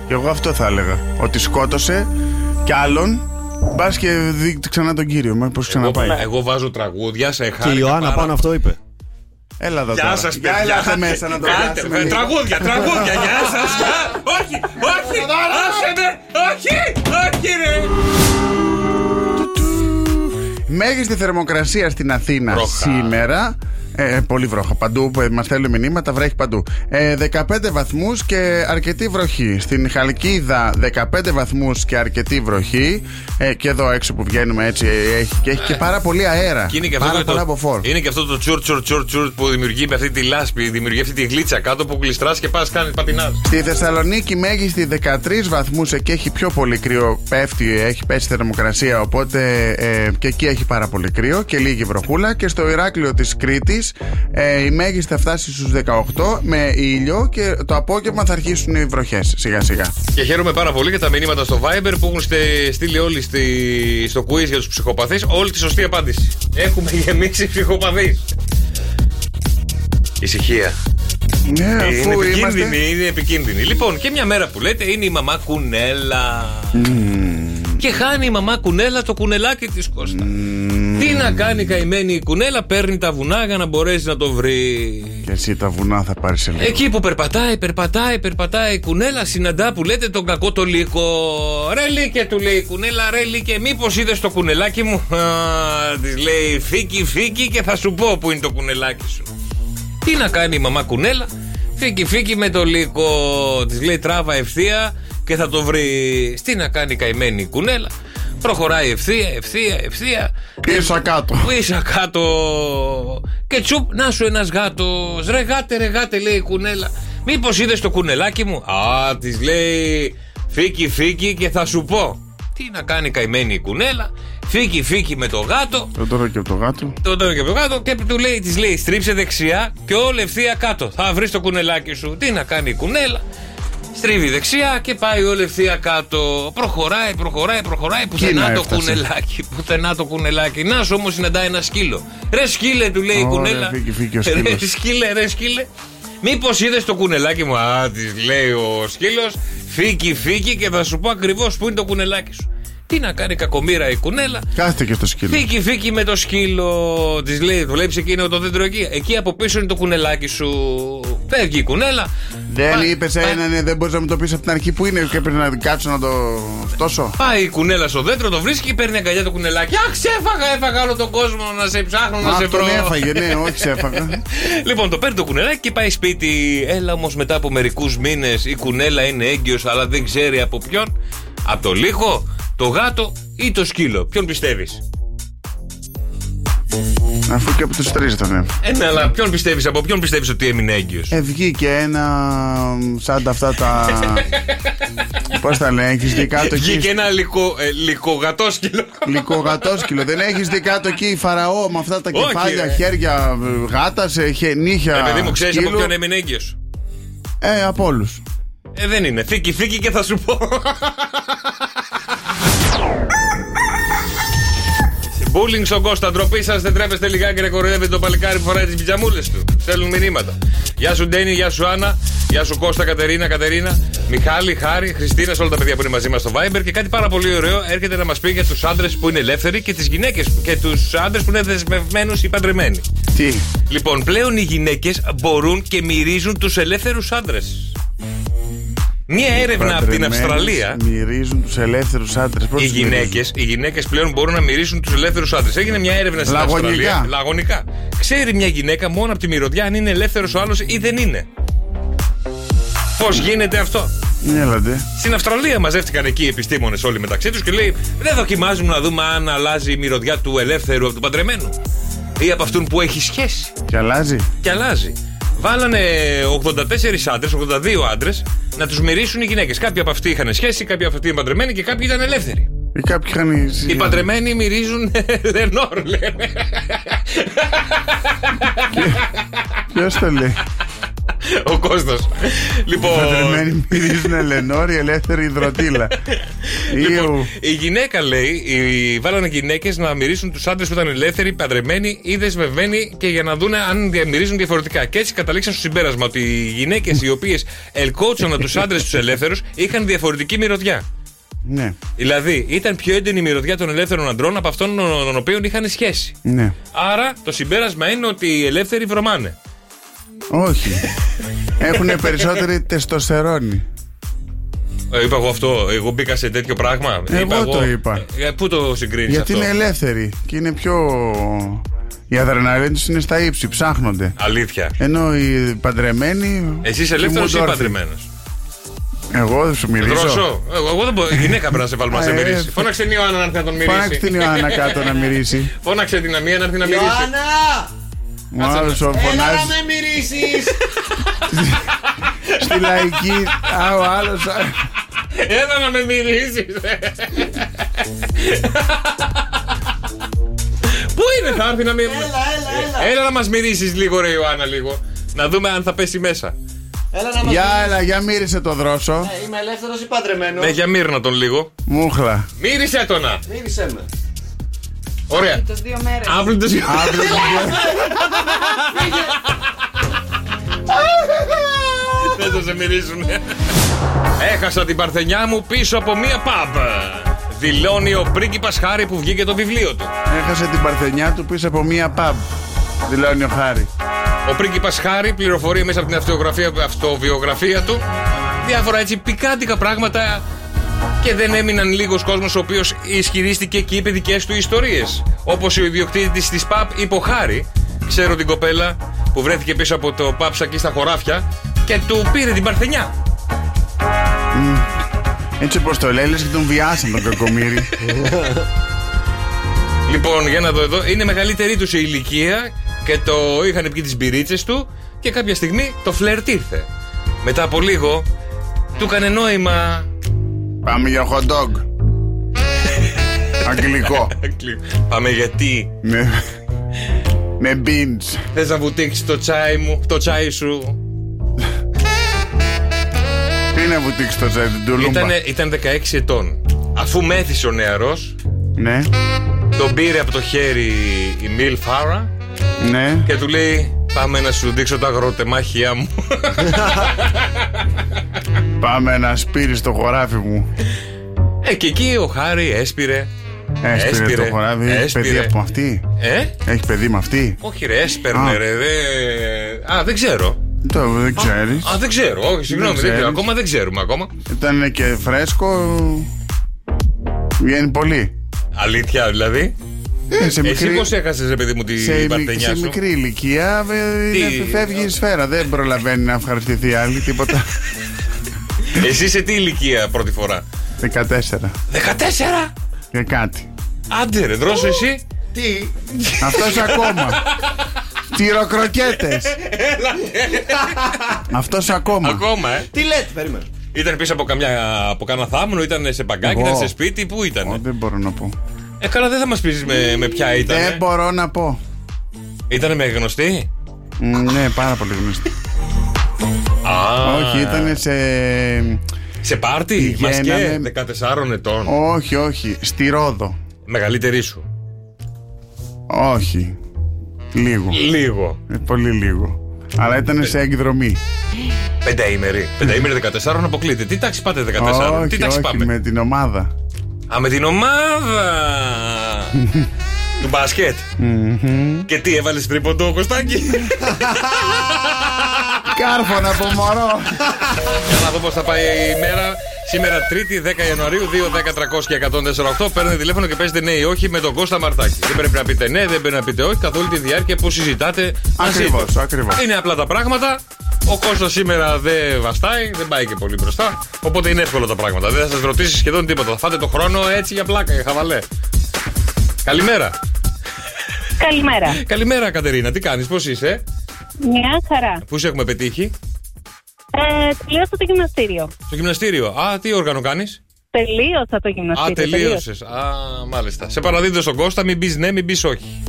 Και εγώ αυτό θα έλεγα. Ότι σκότωσε κι άλλον. Μπας και δει ξανά τον κύριο. Μα πώ ξαναπάει. Εγώ βάζω τραγούδια σε χάρη. Ναι. Και η Ιωάννα πάνω αυτό είπε. Έλα εδώ Γεια τώρα. σας, Για παιδιά. ελάτε μέσα να το Κάντε, πιάσουμε ε, λίγο. Τραγούδια, τραγούδια. Γεια σας. Όχι, όχι. Άσε με. Όχι, όχι, ρε. Μέγιστη θερμοκρασία στην Αθήνα σήμερα. Ε, πολύ βρόχα παντού, μας στέλνουν μηνύματα, βρέχει παντού. Ε, 15 βαθμούς και αρκετή βροχή. Στην Χαλκίδα 15 βαθμούς και αρκετή βροχή. Ε, και εδώ έξω που βγαίνουμε έτσι ε, έχει, και έχει και πάρα πολύ αέρα. Και είναι και αυτό πάρα το- πολλά από φόρ. Είναι και αυτό το τσουρ τσουρ τσουρ τσουρ που δημιουργεί με αυτή τη λάσπη, δημιουργεί αυτή τη γλίτσα κάτω που γλιστράς και πας κάνεις πατινάς. Στη Θεσσαλονίκη μέγιστη 13 βαθμούς εκεί έχει πιο πολύ κρύο πέφτει, έχει πέσει θερμοκρασία οπότε ε, και εκεί έχει πάρα πολύ κρύο και λίγη βροχούλα και στο Ηράκλειο της Κρήτης ε, η μέγιστη θα φτάσει στους 18 με ήλιο και το απόγευμα θα αρχίσουν οι βροχές σιγά σιγά. Και χαίρομαι πάρα πολύ για τα μηνύματα στο Viber που έχουν στε- στείλει όλοι στη- στο quiz για τους ψυχοπαθείς όλη τη σωστή απάντηση. Έχουμε γεμίσει ψυχοπαθείς. Ησυχία. Ναι, είναι αφού επικίνδυνη, είμαστε... είναι επικίνδυνη. Λοιπόν, και μια μέρα που λέτε είναι η μαμά κουνέλα. Mm. Και χάνει η μαμά κουνέλα το κουνελάκι της Κώστα. Mm. Τι να κάνει καημένη η κουνέλα, παίρνει τα βουνά για να μπορέσει να το βρει. Και εσύ τα βουνά θα πάρεις σε λίγο. Εκεί που περπατάει, περπατάει, περπατάει η κουνέλα, συναντά που λέτε τον κακό το λύκο. Ρε λύκε, του λέει η κουνέλα, ρε λύκε, μήπως είδες το κουνελάκι μου. Της λέει φύκη, φύκη και θα σου πω που είναι το κουνελάκι σου. Τι να κάνει η μαμά κουνέλα, φύκη, φύκη με το λύκο. Της λέει τράβα ευθεία και θα το βρει. Τι να κάνει η καημένη η κουνέλα. Προχωράει ευθεία, ευθεία, ευθεία. Πίσω κάτω. Πίσω κάτω. Και τσουπ, να σου ένας γάτος. Ρε γάτε, ρε γάτε, λέει η κουνέλα. Μήπως είδες το κουνελάκι μου. Α, της λέει. Φύκη, φύκη και θα σου πω. Τι να κάνει η καημένη η κουνέλα. Φύκη, φύκη με το γάτο. Το τρώω και από το γάτο. Το τρώει και από το κάτω και του λέει, της λέει στρίψε δεξιά και όλη ευθεία κάτω. Θα βρεις το κουνελάκι σου. Τι να κάνει η κουνέλα. Στρίβει δεξιά και πάει όλη ευθεία κάτω. Προχωράει, προχωράει, προχωράει. Πουθενά Κίνα το έφτασε. κουνελάκι. Πουθενά το κουνελάκι. Να σου όμως συναντάει ένα σκύλο. Ρε σκύλε, του λέει η Ω, κουνέλα. ρε, φύγει, φύγει ο σκύλος. Ρε σκύλε, ρε σκύλε. Μήπως είδες το κουνελάκι μου. Α, της λέει ο σκύλος. Φύγει, φύγει και θα σου πω ακριβώς που είναι το κουνελάκι σου. Τι να κάνει κακομήρα η κουνέλα. Κάθεται και στο σκύλο. Φύγει, φύγει με το σκύλο. Της λέει, βλέπει εκείνο το δέντρο εκεί. Εκεί από πίσω είναι το κουνελάκι σου. Φεύγει η κουνέλα. Δεν Πα- είπε έναν, ε, δεν μπορείς να μου το πεις από την αρχή που είναι και πρέπει να κάτσω να το φτώσω. Πάει η κουνέλα στο δέντρο, το βρίσκει και παίρνει αγκαλιά το κουνελάκι. Αχ, σε έφαγα, έφαγα όλο τον κόσμο να σε ψάχνω, να σε Α, βρω. τον έφαγε, ναι, όχι <laughs> σε έφαγα. λοιπόν, το παίρνει το κουνελάκι και πάει σπίτι. Έλα όμως μετά από μερικούς μήνες η κουνέλα είναι έγκυος, αλλά δεν ξέρει από ποιον. Από το λύχο, το γάτο ή το σκύλο. Ποιον πιστεύεις. Αφού και από τους τρεις ήταν. ε. Ε, ναι, αλλά ποιον πιστεύεις, από ποιον πιστεύεις ότι έμεινε έγκυος. Ε, βγήκε ένα μ, σαν τα αυτά τα. Πώς τα λένε, έχεις δει κάτω εκεί. Βγήκε ένα λυκο, ε, λυκογατό σκύλο. Λυκογατόσκυλο. Δεν έχεις δει κάτω εκεί φαραώ με αυτά τα Όχι, κεφάλια, ρε. χέρια γάτα, νύχια. Ε, παιδί μου, ξέρεις από σκύλου. ποιον έμεινε έγκυος. Ε, από όλους. Ε, δεν είναι. Θήκη, θήκη και θα σου πω. Μπούλινγκ στον Κώστα, ντροπή σας, δεν τρέπεστε λιγάκι να κοροϊδεύετε το παλικάρι που φοράει τις πιτζαμούλες του. Στέλνουν μηνύματα. Γεια σου Ντένι, γεια σου Άννα, γεια σου Κώστα, Κατερίνα, Κατερίνα, Μιχάλη, Χάρη, Χριστίνα, σε όλα τα παιδιά που είναι μαζί μας στο Viber και κάτι πάρα πολύ ωραίο έρχεται να μας πει για τους άντρες που είναι ελεύθεροι και τις γυναίκες και τους άντρες που είναι δεσμευμένους ή παντρεμένοι. Τι. Λοιπόν, πλέον οι γυναίκες μπορούν και μυρίζουν τους ελεύθερους άντρες. Μία έρευνα από την Παντρεμένες Αυστραλία. Μυρίζουν τους ελεύθερους άντρες. Οι γυναίκες οι γυναίκες πλέον μπορούν να μυρίσουν τους ελεύθερους άντρες. Έγινε μια έρευνα στην Λαγωνικά. Αυστραλία. Λαγωνικά. Ξέρει μια γυναίκα μόνο από τη μυρωδιά αν είναι ελεύθερος ο άλλος ή δεν είναι. Πώς γίνεται αυτό. Ναι, Έλατε. Στην Αυστραλία μαζεύτηκαν εκεί οι επιστήμονες όλοι μεταξύ τους και λέει: Δεν δοκιμάζουμε να δούμε αν αλλάζει η μυρωδιά του ελεύθερου από του παντρεμένου ή από αυτόν που έχει σχέση Και αλλάζει. και αλλάζει. Βάλανε 84 άντρε, 82 άντρες, να τους μυρίσουν οι γυναίκες. Κάποιοι από αυτοί είχαν σχέση, κάποιοι από αυτοί είναι παντρεμένοι και κάποιοι ήταν ελεύθεροι. Ή κάποιοι είχαν. Οι παντρεμένοι μυρίζουν <laughs> Ρενόρ, λένε. Ποιος το λέει. Ο Κώστας. Οι Λοιπόν, παντρεμένοι <laughs> μυρίζουν ελενόρι, ελεύθερη υδροτήλα. Ιου. λοιπόν, η γυναίκα λέει, οι- βάλανε γυναίκες να μυρίσουν τους άντρες που ήταν ελεύθεροι, παντρεμένοι ή δεσμευμένοι και για να δουν αν δια- μυρίζουν διαφορετικά. Και έτσι καταλήξαν στο συμπέρασμα ότι οι γυναίκες οι οποίες ελκότσωναν τους άντρες τους ελεύθερους είχαν διαφορετική μυρωδιά. Ναι, Δηλαδή, ήταν πιο έντονη η μυρωδιά των ελεύθερων αντρών από αυτών των οποίων είχαν σχέση. ναι. Άρα, το συμπέρασμα είναι ότι οι ελεύθεροι βρωμάνε. Όχι. Έχουν περισσότερη τεστοστερόνη. Ε, είπα εγώ αυτό. Εγώ μπήκα σε τέτοιο πράγμα. Εγώ το είπα. Ε, πού το συγκρίνεις Γιατί αυτό. είναι ελεύθεροι και είναι πιο. Η αδρεναλίνη τους είναι στα ύψη, ψάχνονται. Αλήθεια. Ενώ οι παντρεμένοι. Εσύ ελεύθερος ή κοιμούνται όρθιοι. παντρεμένος. Εγώ δεν σου μιλήσω. Δρόσο. Εγώ, εγώ δεν μπορώ. Η Γυναίκα πρέπει να σε βάλουμε να σε Ε, μυρίσει. ε, Φώναξε την Ιωάννα να έρθει να τον μυρίσει. Φάραξε την Ιωάννα κάτω να μυρίσει. <laughs> Φώναξε την Αμία να έρθει να μυρίσει. Ιωάννα! Ο άλλος ο Έλα να φωνάζει με μυρίσεις! στη λαϊκή. Α, ο άλλος. Έλα να με ε. μυρίσει. Πού είναι, θα έρθει να μυρίσει. Έλα, έλα, έλα. Έλα να μας μυρίσει λίγο, ρε Ιωάννα, λίγο. Να δούμε αν θα πέσει μέσα. Έλα να μας Για μυρίσεις. έλα, για μύρισε το δρόσο. Ε, Είμαι ελεύθερος ή παντρεμένος. Ναι, για μύρνα τον λίγο. Μούχλα. Μύρισε τον, να. Μύρισέ με. Ωραία. Τις δύο μέρες. Αύριο το Αύριο το Δεν θα σε μυρίσουν. Έχασα την παρθενιά μου πίσω από μία παμπ. Δηλώνει ο πρίγκιπας Χάρη που βγήκε το βιβλίο του. Έχασε την παρθενιά του πίσω από μία παμπ. Δηλώνει ο Χάρη. Ο πρίγκιπας Χάρη πληροφορεί μέσα από την αυτογραφία, αυτοβιογραφία του διάφορα έτσι πικάντικα πράγματα και δεν έμειναν λίγος κόσμος ο οποίος ισχυρίστηκε και είπε δικές του ιστορίες. Όπως ο ιδιοκτήτης της ΠΑΠ είπε ο Χάρη, ξέρω την κοπέλα που βρέθηκε πίσω από το ΠΑΠ σακί στα χωράφια και του πήρε την παρθενιά. Μμ. Έτσι όπως το λέει, λες και τον βιάσαν τον κακομίρι. Λοιπόν, για να δω εδώ, είναι μεγαλύτερη τους σε ηλικία και το είχαν πει τις μπυρίτσες του και κάποια στιγμή το φλερτ ήρθε. Μετά από λίγο, του έκανε νόημα. Πάμε για hot dog. Αγγλικό. Πάμε γιατί με, με beans. θες να βουτήξεις το τσάι μου, το τσάι σου. Τι να βουτήξει το τσάι, την τουλούμπα. Ήτανε, ήταν 16 ετών. Αφού μέθησε ο νεαρός, Ναι, τον πήρε από το χέρι η Μιλ Φάρα ναι. και του λέει Πάμε να σου δείξω τα αγροτεμάχια μου. Πάμε να σπείρεις το χωράφι μου. ε, και εκεί ο Χάρη έσπηρε. Έσπηρε το χωράφι. Έχει παιδί από αυτή. Ε? Έχει παιδί με αυτή. Όχι ρε, έσπερνε Α. ρε, δε... Α, δεν ξέρω. Το δεν ξέρεις. Α, δεν ξέρω, όχι, συγγνώμη, δεν, ξέρεις. ξέρω. Ακόμα δεν ξέρουμε ακόμα. Ήταν και φρέσκο. Βγαίνει πολύ. Αλήθεια, δηλαδή. Ε, σε Εσύ μικρή, πώς έχασες, ρε παιδί μου, την σε, μικ- παρτενιά σε σου. μικρή ηλικία ε, Τι- είναι- φεύγει η σφαίρα. Δεν προλαβαίνει να ευχαριστηθεί άλλη <laughs> τίποτα. Εσύ σε τι ηλικία πρώτη φορά. 14. 14! Και Ε, κάτι. Άντε ρε, δρόσο εσύ. Τι. Αυτός ακόμα. <laughs> Τυροκροκέτες. Έλα, ε. Αυτός ακόμα. Ακόμα, ε. Τι λέτε, περίμενα. Ήταν πίσω από, καμιά, από κάνα θάμνο, ήταν σε παγκάκι, Εγώ. ήταν σε σπίτι, πού Ω, ήταν. δεν μπορώ να πω. Ε, καλά, δεν θα μας πεις με, με ποια Δεν ήταν. μπορώ να πω. Ήτανε με γνωστή. Μ, Ναι, πάρα πολύ γνωστή. Α, ε. Όχι, ήταν σε. Σε πάρτι, μας και Πηγαίναμε- 14 ετών. Όχι, όχι. Στη Ρόδο. Μεγαλύτερη σου. Όχι. Λίγο. Λίγο. Ε, Πολύ λίγο. Αλλά ήταν σε εκδρομή. Πενταήμερη. Πενταήμερη 14 αποκλείται. Τι τάξη πάτε 14, Ε, τι όχι, τάξη όχι, πάμε. με την ομάδα. Α, με την ομάδα <laughs> του μπάσκετ. Μμμ. Και τι, έβαλες τρίποντο ο Κωστάκη. <laughs> Κάρφωνα από μωρό. Για να δω πώς θα πάει η μέρα. Σήμερα 3η 10 Ιανουαρίου, 2, 10, 300 και 148. Παίρνετε τηλέφωνο και παίζετε ναι ή όχι με τον Κώστα Μαρτάκη. Δεν πρέπει να πείτε ναι, δεν πρέπει να πείτε όχι καθ' όλη τη διάρκεια που συζητάτε. μαζί Ακριβώ, του. ακριβώς. Είναι απλά τα πράγματα. Ο Κώστας σήμερα δεν βαστάει, δεν πάει και πολύ μπροστά. Οπότε είναι εύκολα τα πράγματα. Δεν θα σας ρωτήσει σχεδόν τίποτα. Θα φάτε το χρόνο έτσι για πλάκα, για χαβαλέ. Καλημέρα. Καλημέρα. Καλημέρα, Κατερίνα. Τι κάνεις, πώς είσαι, ε? Μια χαρά. πού σε έχουμε πετύχει. Ε, τελείωσα το γυμναστήριο. Στο γυμναστήριο. Α, τι όργανο κάνεις. Τελείωσα το Α, γυμναστήριο. τελείωσες. Α, μάλιστα. Σε παραδίδω στον Κώστα, μην πεις ναι, μην πεις όχι.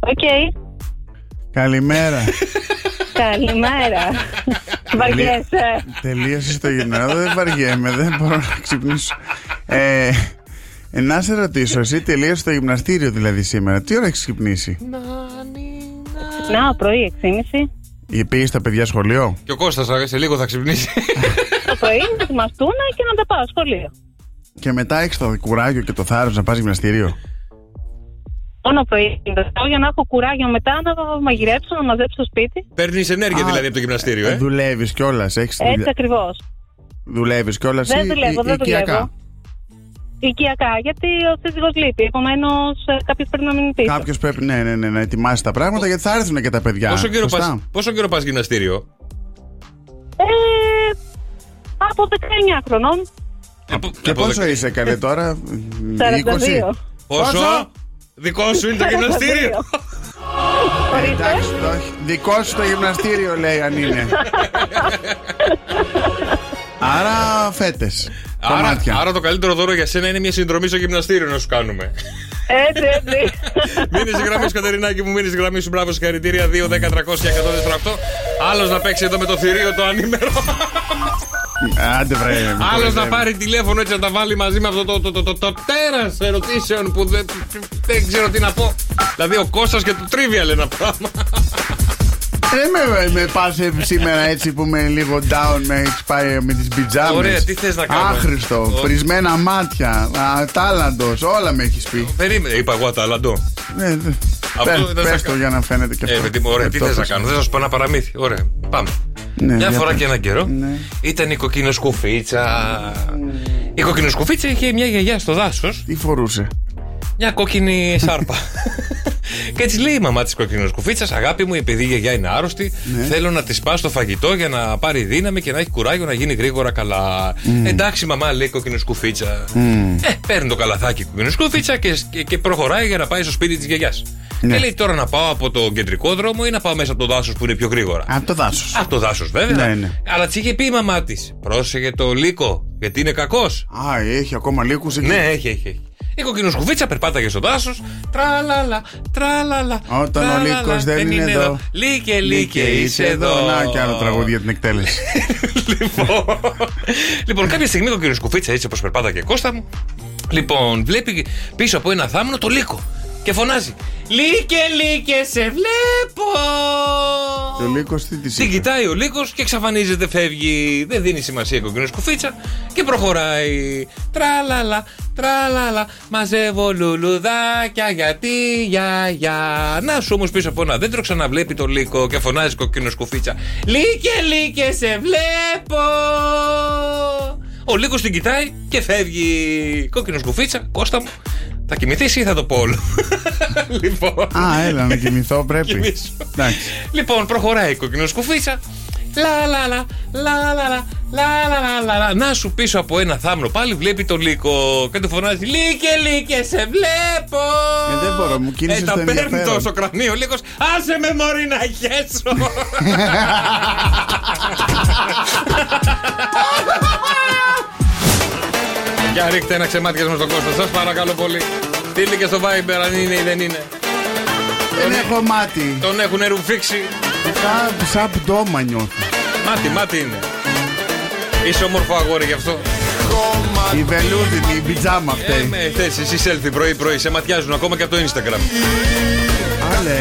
Οκ. Καλημέρα. <laughs> Καλημέρα. Βαριέσαι. Τελείωσες το γυμνάσιο. δεν βαριέμαι, δεν μπορώ να ξυπνήσω. Ε, ε, να σε ρωτήσω, εσύ τελείωσε το γυμναστήριο δηλαδή σήμερα. Τι ώρα έχεις ξυπνήσει, Ναι. Να, πρωί 6.30. Ή Πήγε στα Ε, παιδιά σχολείο. Και ο Κώστας α, σε λίγο θα ξυπνήσει. <laughs> Το πρωί να ετοιμαστούν και να τα πάω σχολείο. Και μετά έχεις το κουράγιο και το θάρρος να πας γυμναστήριο. Μόνο πρωί κοιμηθώ για να έχω κουράγιο μετά να μαγειρέψω, να μαζέψω στο σπίτι. Παίρνεις ενέργεια δηλαδή από το γυμναστήριο, ε. Δουλεύεις κιόλας. Ναι. Έτσι ακριβώς. Δουλεύεις κιόλας. Δεν δουλεύω, δεν δουλεύω. Οικιακά, γιατί ο σύζυγος λείπει. Επομένως, κάποιος πρέπει να μείνει πίσω. Κάποιος πρέπει ναι, ναι, ναι, να ετοιμάσει τα πράγματα γιατί θα έρθουν και τα παιδιά. Πόσο καιρό, Σωστά. πας, πόσο καιρό πας γυμναστήριο, Ε, από 19 χρονών. Ε, Και πόσο είσαι καλέ τώρα, 42. 20. Πόσο? Δικό σου είναι το γυμναστήριο. Ε, Εντάξει, το έχει. Δικό σου το γυμναστήριο λέει αν είναι. Άρα φέτες. Άρα, άρα το καλύτερο δώρο για σένα είναι μια συνδρομή στο γυμναστήριο να σου <laughs> κάνουμε. Έτσι, έτσι. μείνε στη γραμμή σου, Κατερινάκη μου, μείνε στη γραμμής σου. Μπράβο, συγχαρητήρια. 2, 10, 300 και 148. Άλλος να παίξει εδώ με το θηρίο το ανήμερο. Ε, Άντε βρε. μην Άλλος να κοροϊδεύεις. πάρει τηλέφωνο έτσι να τα βάλει μαζί με αυτό το, το, το, το, το τέρας ερωτήσεων που δεν, δεν ξέρω τι να πω. Δηλαδή ο Κώστας και το τρίβια ένα πράγμα. Ε, με, με πας ε, σήμερα έτσι που είμαι λίγο down, με έχεις πάει με τις πιτζάμες. Ωραία, τι θες να κάνουμε. Άχρηστο, Ω. πρισμένα μάτια, α, τάλαντος, όλα με έχεις πει. Περίμενε, είπα εγώ αταλαντό. Ναι, ναι. Πες- δεν θα πες το κάνω. για να φαίνεται και Ε, αυτό. παιδί μου, ωραία, Ε, τι το θες να θες. κάνω. Δεν θα σου πω ένα παραμύθι. Ωραία, πάμε. Ναι, Μια για φορά πες. Ναι. και έναν καιρό ήταν η κοκκινοσκουφίτσα. Ε. Η κοκκινοσκουφίτσα είχε μια γιαγιά στο δάσος. Τι φορούσε. Μια κόκκινη σάρπα. και τη λέει η μαμά της κοκκινοσκουφίτσα, αγάπη μου, επειδή η γιαγιά είναι άρρωστη, Ναι. θέλω να της πας το φαγητό για να πάρει δύναμη και να έχει κουράγιο να γίνει γρήγορα καλά. Mm. Μμμ. Εντάξει, μαμά, λέει η κοκκινοσκουφίτσα. Ε, παίρνει το καλαθάκι κουκκινοσκούφιτσα και, και, και προχωράει για να πάει στο σπίτι της γιαγιάς. Ναι. Και λέει τώρα να πάω από το κεντρικό δρόμο ή να πάω μέσα από το δάσος που είναι πιο γρήγορα. Από το δάσος. Από το δάσος, βέβαια. Ναι, ναι. Αλλά τη είχε πει η μαμά της. Πρόσεχε το λύκο, γιατί είναι κακός. Α, έχει ακόμα λύκους εκεί. Ναι, έχει, έχει. έχει. Η κοκκινοσκουφίτσα περπάταγε στο δάσος. Τραλαλα, τραλαλα. Όταν ο τραλαλα, λύκος δεν είναι εδώ. Λύκε, λύκε, είσαι εδώ. Να και άλλο <laughs> τραγούδι για την εκτέλεση. Λοιπόν, κάποια στιγμή ο κύριο Κουφίτσα έτσι όπως περπάτα και Κώστα μου. Λοιπόν, βλέπει πίσω από ένα θάμνο το λύκο και φωνάζει. Λύκε, λύκε, σε βλέπω! Και ο λύκος τι της Την είπε. κοιτάει ο λύκος και εξαφανίζεται, φεύγει. Δεν δίνει σημασία η κοκκινή σκουφίτσα και προχωράει. Τραλαλα, τραλαλα, μαζεύω λουλουδάκια γιατί για για. Να σου όμως πίσω από ένα δέντρο ξαναβλέπει το λύκο και φωνάζει κοκκινή σκουφίτσα. Λύκε, λύκε, σε βλέπω! Ο λύκος την κοιτάει και φεύγει. Κόκκινο σκουφίτσα, Κώστα μου. Θα κοιμηθείς ή θα το πω όλο. <laughs> λοιπόν. Α, έλα να κοιμηθώ πρέπει. Κοιμήσου. Εντάξει. Λοιπόν, προχωράει η κοκκινοσκουφίτσα. Λα λα λα, λα λα λα, λα λα λα λα λα. Να σου πίσω από ένα θάμνο πάλι βλέπει το λύκο και του φωνάζει Λύκε, λύκε, σε βλέπω! Ε, δεν μπορώ, μου κίνησες Ε, τα το παίρνει ενδιαφέρον. τόσο κρανίο ο λύκος Άσε με μωρή να χέσω! Για ρίχτε ένα ξεμάτιασμα στον κόσμο, σας παρακαλώ πολύ. Στείλτε και στο Viber αν είναι ή δεν είναι. Δεν έχω μάτι. Τον έχουν ρουφήξει. Σαν- Σαν πτώμα νιώθω. Μάτι, μάτι είναι. Είσαι όμορφο αγόρι γι' αυτό. Η βελούδινη, η πιτζάμα Ε, αυτή. με θες, εσύ selfie πρωί-πρωί, σε ματιάζουν ακόμα και από το Instagram. Άλλε.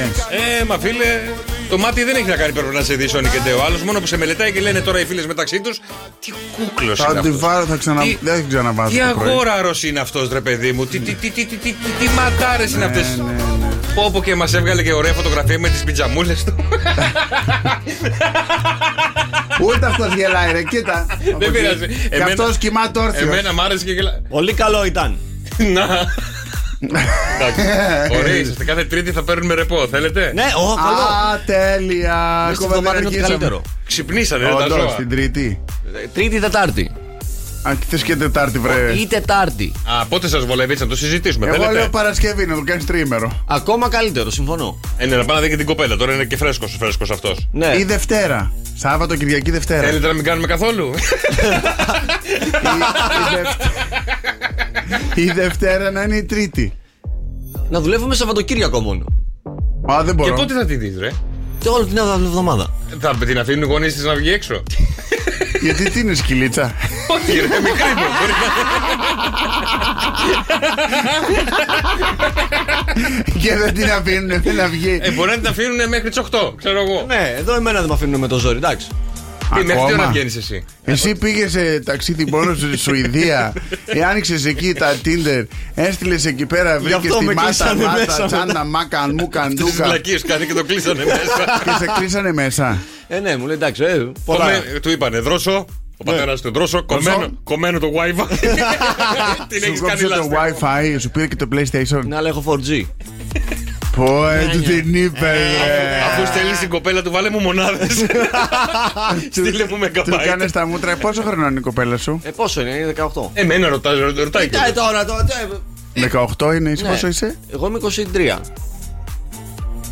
Ε, μα φίλε, το μάτι δεν έχει να κάνει πρέπει να σε δει Sony και Ντέο. Άλλος μόνο που σε μελετάει και λένε τώρα οι φίλες μεταξύ τους. Τι κούκλος είναι Θα τη αυτός. βάλω, θα ξανα... Τι- δεν την ξαναβάζω. Τι το πρωί. αγόραρος είναι αυτός, ρε παιδί μου. Τι, τι, τι, τι, τι, τι, τι, τι ματάρε είναι Ναι, αυτές. Όπου και μας έβγαλε και ωραία φωτογραφία με τις πιτζαμούλες του. Ούτε αυτό γελάει, ρε, κοίτα. <laughs> Δεν πειράζει. Γι' αυτό κοιμάται όρθιος. <laughs> Εμένα μ' άρεσε και γελά. Πολύ καλό ήταν. Να. Ε. Εντάξει. Ορίστε, κάθε Τρίτη θα παίρνουμε ρεπό. Θέλετε. Ναι, ο, καλό. Α, τέλεια. Μέσα στη εβδομάδα είναι το αρχίσαμε. καλύτερο. Ξυπνήσανε, δεν Ε, τα Όντως, ζώα. την Τρίτη. Τρίτη, Τετάρτη. Α, θες και Τετάρτη, βρε. Ή Τετάρτη. Α, πότε σας βολεύει έτσι να το συζητήσουμε. Εγώ Θέλετε. λέω Παρασκευή να το κάνεις τρίμερο. Ακόμα καλύτερο, συμφωνώ. Ε, ναι, να πάμε να δει και την κοπέλα. Τώρα είναι και φρέσκος φρέσκος αυτός. Ναι. Ή Δευτέρα. Σάββατο, Κυριακή, Δευτέρα. Θέλετε να μην κάνουμε καθόλου. Η- η Δευτέρα. <laughs> η Δευτέρα να είναι η Τρίτη. Να δουλεύουμε Σαββατοκύριακο μόνο. Α, δεν Και πότε θα τη δεις, ρε. Και όλη την εβδομάδα. Θα την αφήνουν οι γονείς της να βγει έξω. Γιατί τι είναι σκυλίτσα. <laughs> Όχι, ρε, μικρή μου. Μπορεί Και δεν την αφήνουν να βγει. Ε, μπορεί να την αφήνουν μέχρι τις 8, ξέρω εγώ. Ναι, εδώ εμένα δεν με αφήνουν με το ζόρι, εντάξει. Τι, μέχρι τι ώρα Ακόμα? βγαίνεις εσύ. Εσύ πήγες σε ταξίδι μόνο στη Σουηδία. Άνοιξες εκεί τα Tinder. Έστειλες εκεί πέρα. Βρήκες αυτό με τη μάτα, κλείσανε μάτα, μέσα τσάντα, μετά. μάκαν, μουκαν, Τι ντούκα. βλακίες κάνει και το κλείσανε μέσα. Και σε κλείσανε μέσα. Ε, ναι, μου λέει εντάξει, ε, πολλά. Κομμέ- Του είπανε δρόσο. Ναι. Ο πατέρας του δρόσο. Κομμένο, κομμένο το <laughs> wifi. Την έχεις Σου κάνει κόψε το λάστα. WiFi, σου πήρε και το PlayStation. Να Ναι, αλλά έχω 4G. Πω, ε, του την είπε, ρε. Ναι, Αφού στέλνεις την κοπέλα του, βάλε μου <laughs> μονάδες. Στείλε μου Του μεγαμπάιτ. κάνες τα μούτρα. Πόσο χρονών είναι η κοπέλα σου, Ε, πόσο είναι, είναι 18. Εμένα ρωτάει, ρωτάει. Κοιτάει τώρα, τώρα. ε, 18 είναι, Ναι. εσύ πόσο είσαι. Εγώ είμαι 23.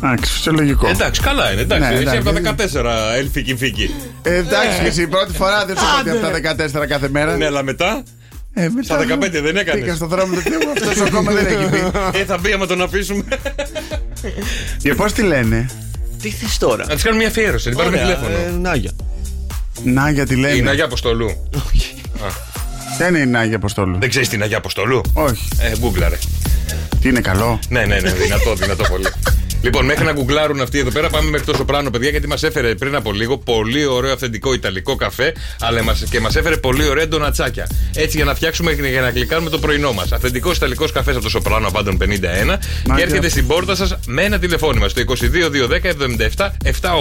Εντάξει, φυσιολογικό. Ε, Εντάξει, καλά είναι. Ναι, Εντάξει, εσύ εντάξει. από τα 14 ελφική φίκη. Ε, εντάξει, και εσύ πρώτη φορά δεν σου Ναι. Άντε, είπα ότι από τα 14 κάθε μέρα. Ναι, αλλά μετά. Ε, μετά Στα 15 δεν έκανες. Πήγα στον δρόμο του Θεού, αυτός ακόμα δεν έχει πει. <laughs> Ε, θα μπει άμα τον αφήσουμε. Και πώς τη λένε, Τι θες τώρα. Να της κάνουμε μια αφιέρωση, την πάρουμε Ωραία, Ε, τηλέφωνο. ε, Νάγια. Νάγια τη Η λένε. Ναγιά Αποστολού. Α, Δεν είναι η Νάγια Αποστόλου. Δεν ξέρεις την Ναγιά Αποστολού. Όχι. Ε, γκούγκλαρε. Τι είναι καλό. Ναι, ναι, ναι, δυνατό, δυνατό πολύ. Λοιπόν, μέχρι να γκουγκλάρουν αυτοί εδώ πέρα, πάμε μέχρι το σοπράνο, παιδιά, γιατί μας έφερε πριν από λίγο πολύ ωραίο αυθεντικό ιταλικό καφέ αλλά μας, και μας έφερε πολύ ωραία ντονατσάκια. Έτσι για να φτιάξουμε και για να γλυκάνουμε το πρωινό μας. Αυθεντικός ιταλικός καφές από το σοπράνο Απάντων 51 και έρχεται στην πόρτα σας με ένα τηλεφώνημα στο 22 210 77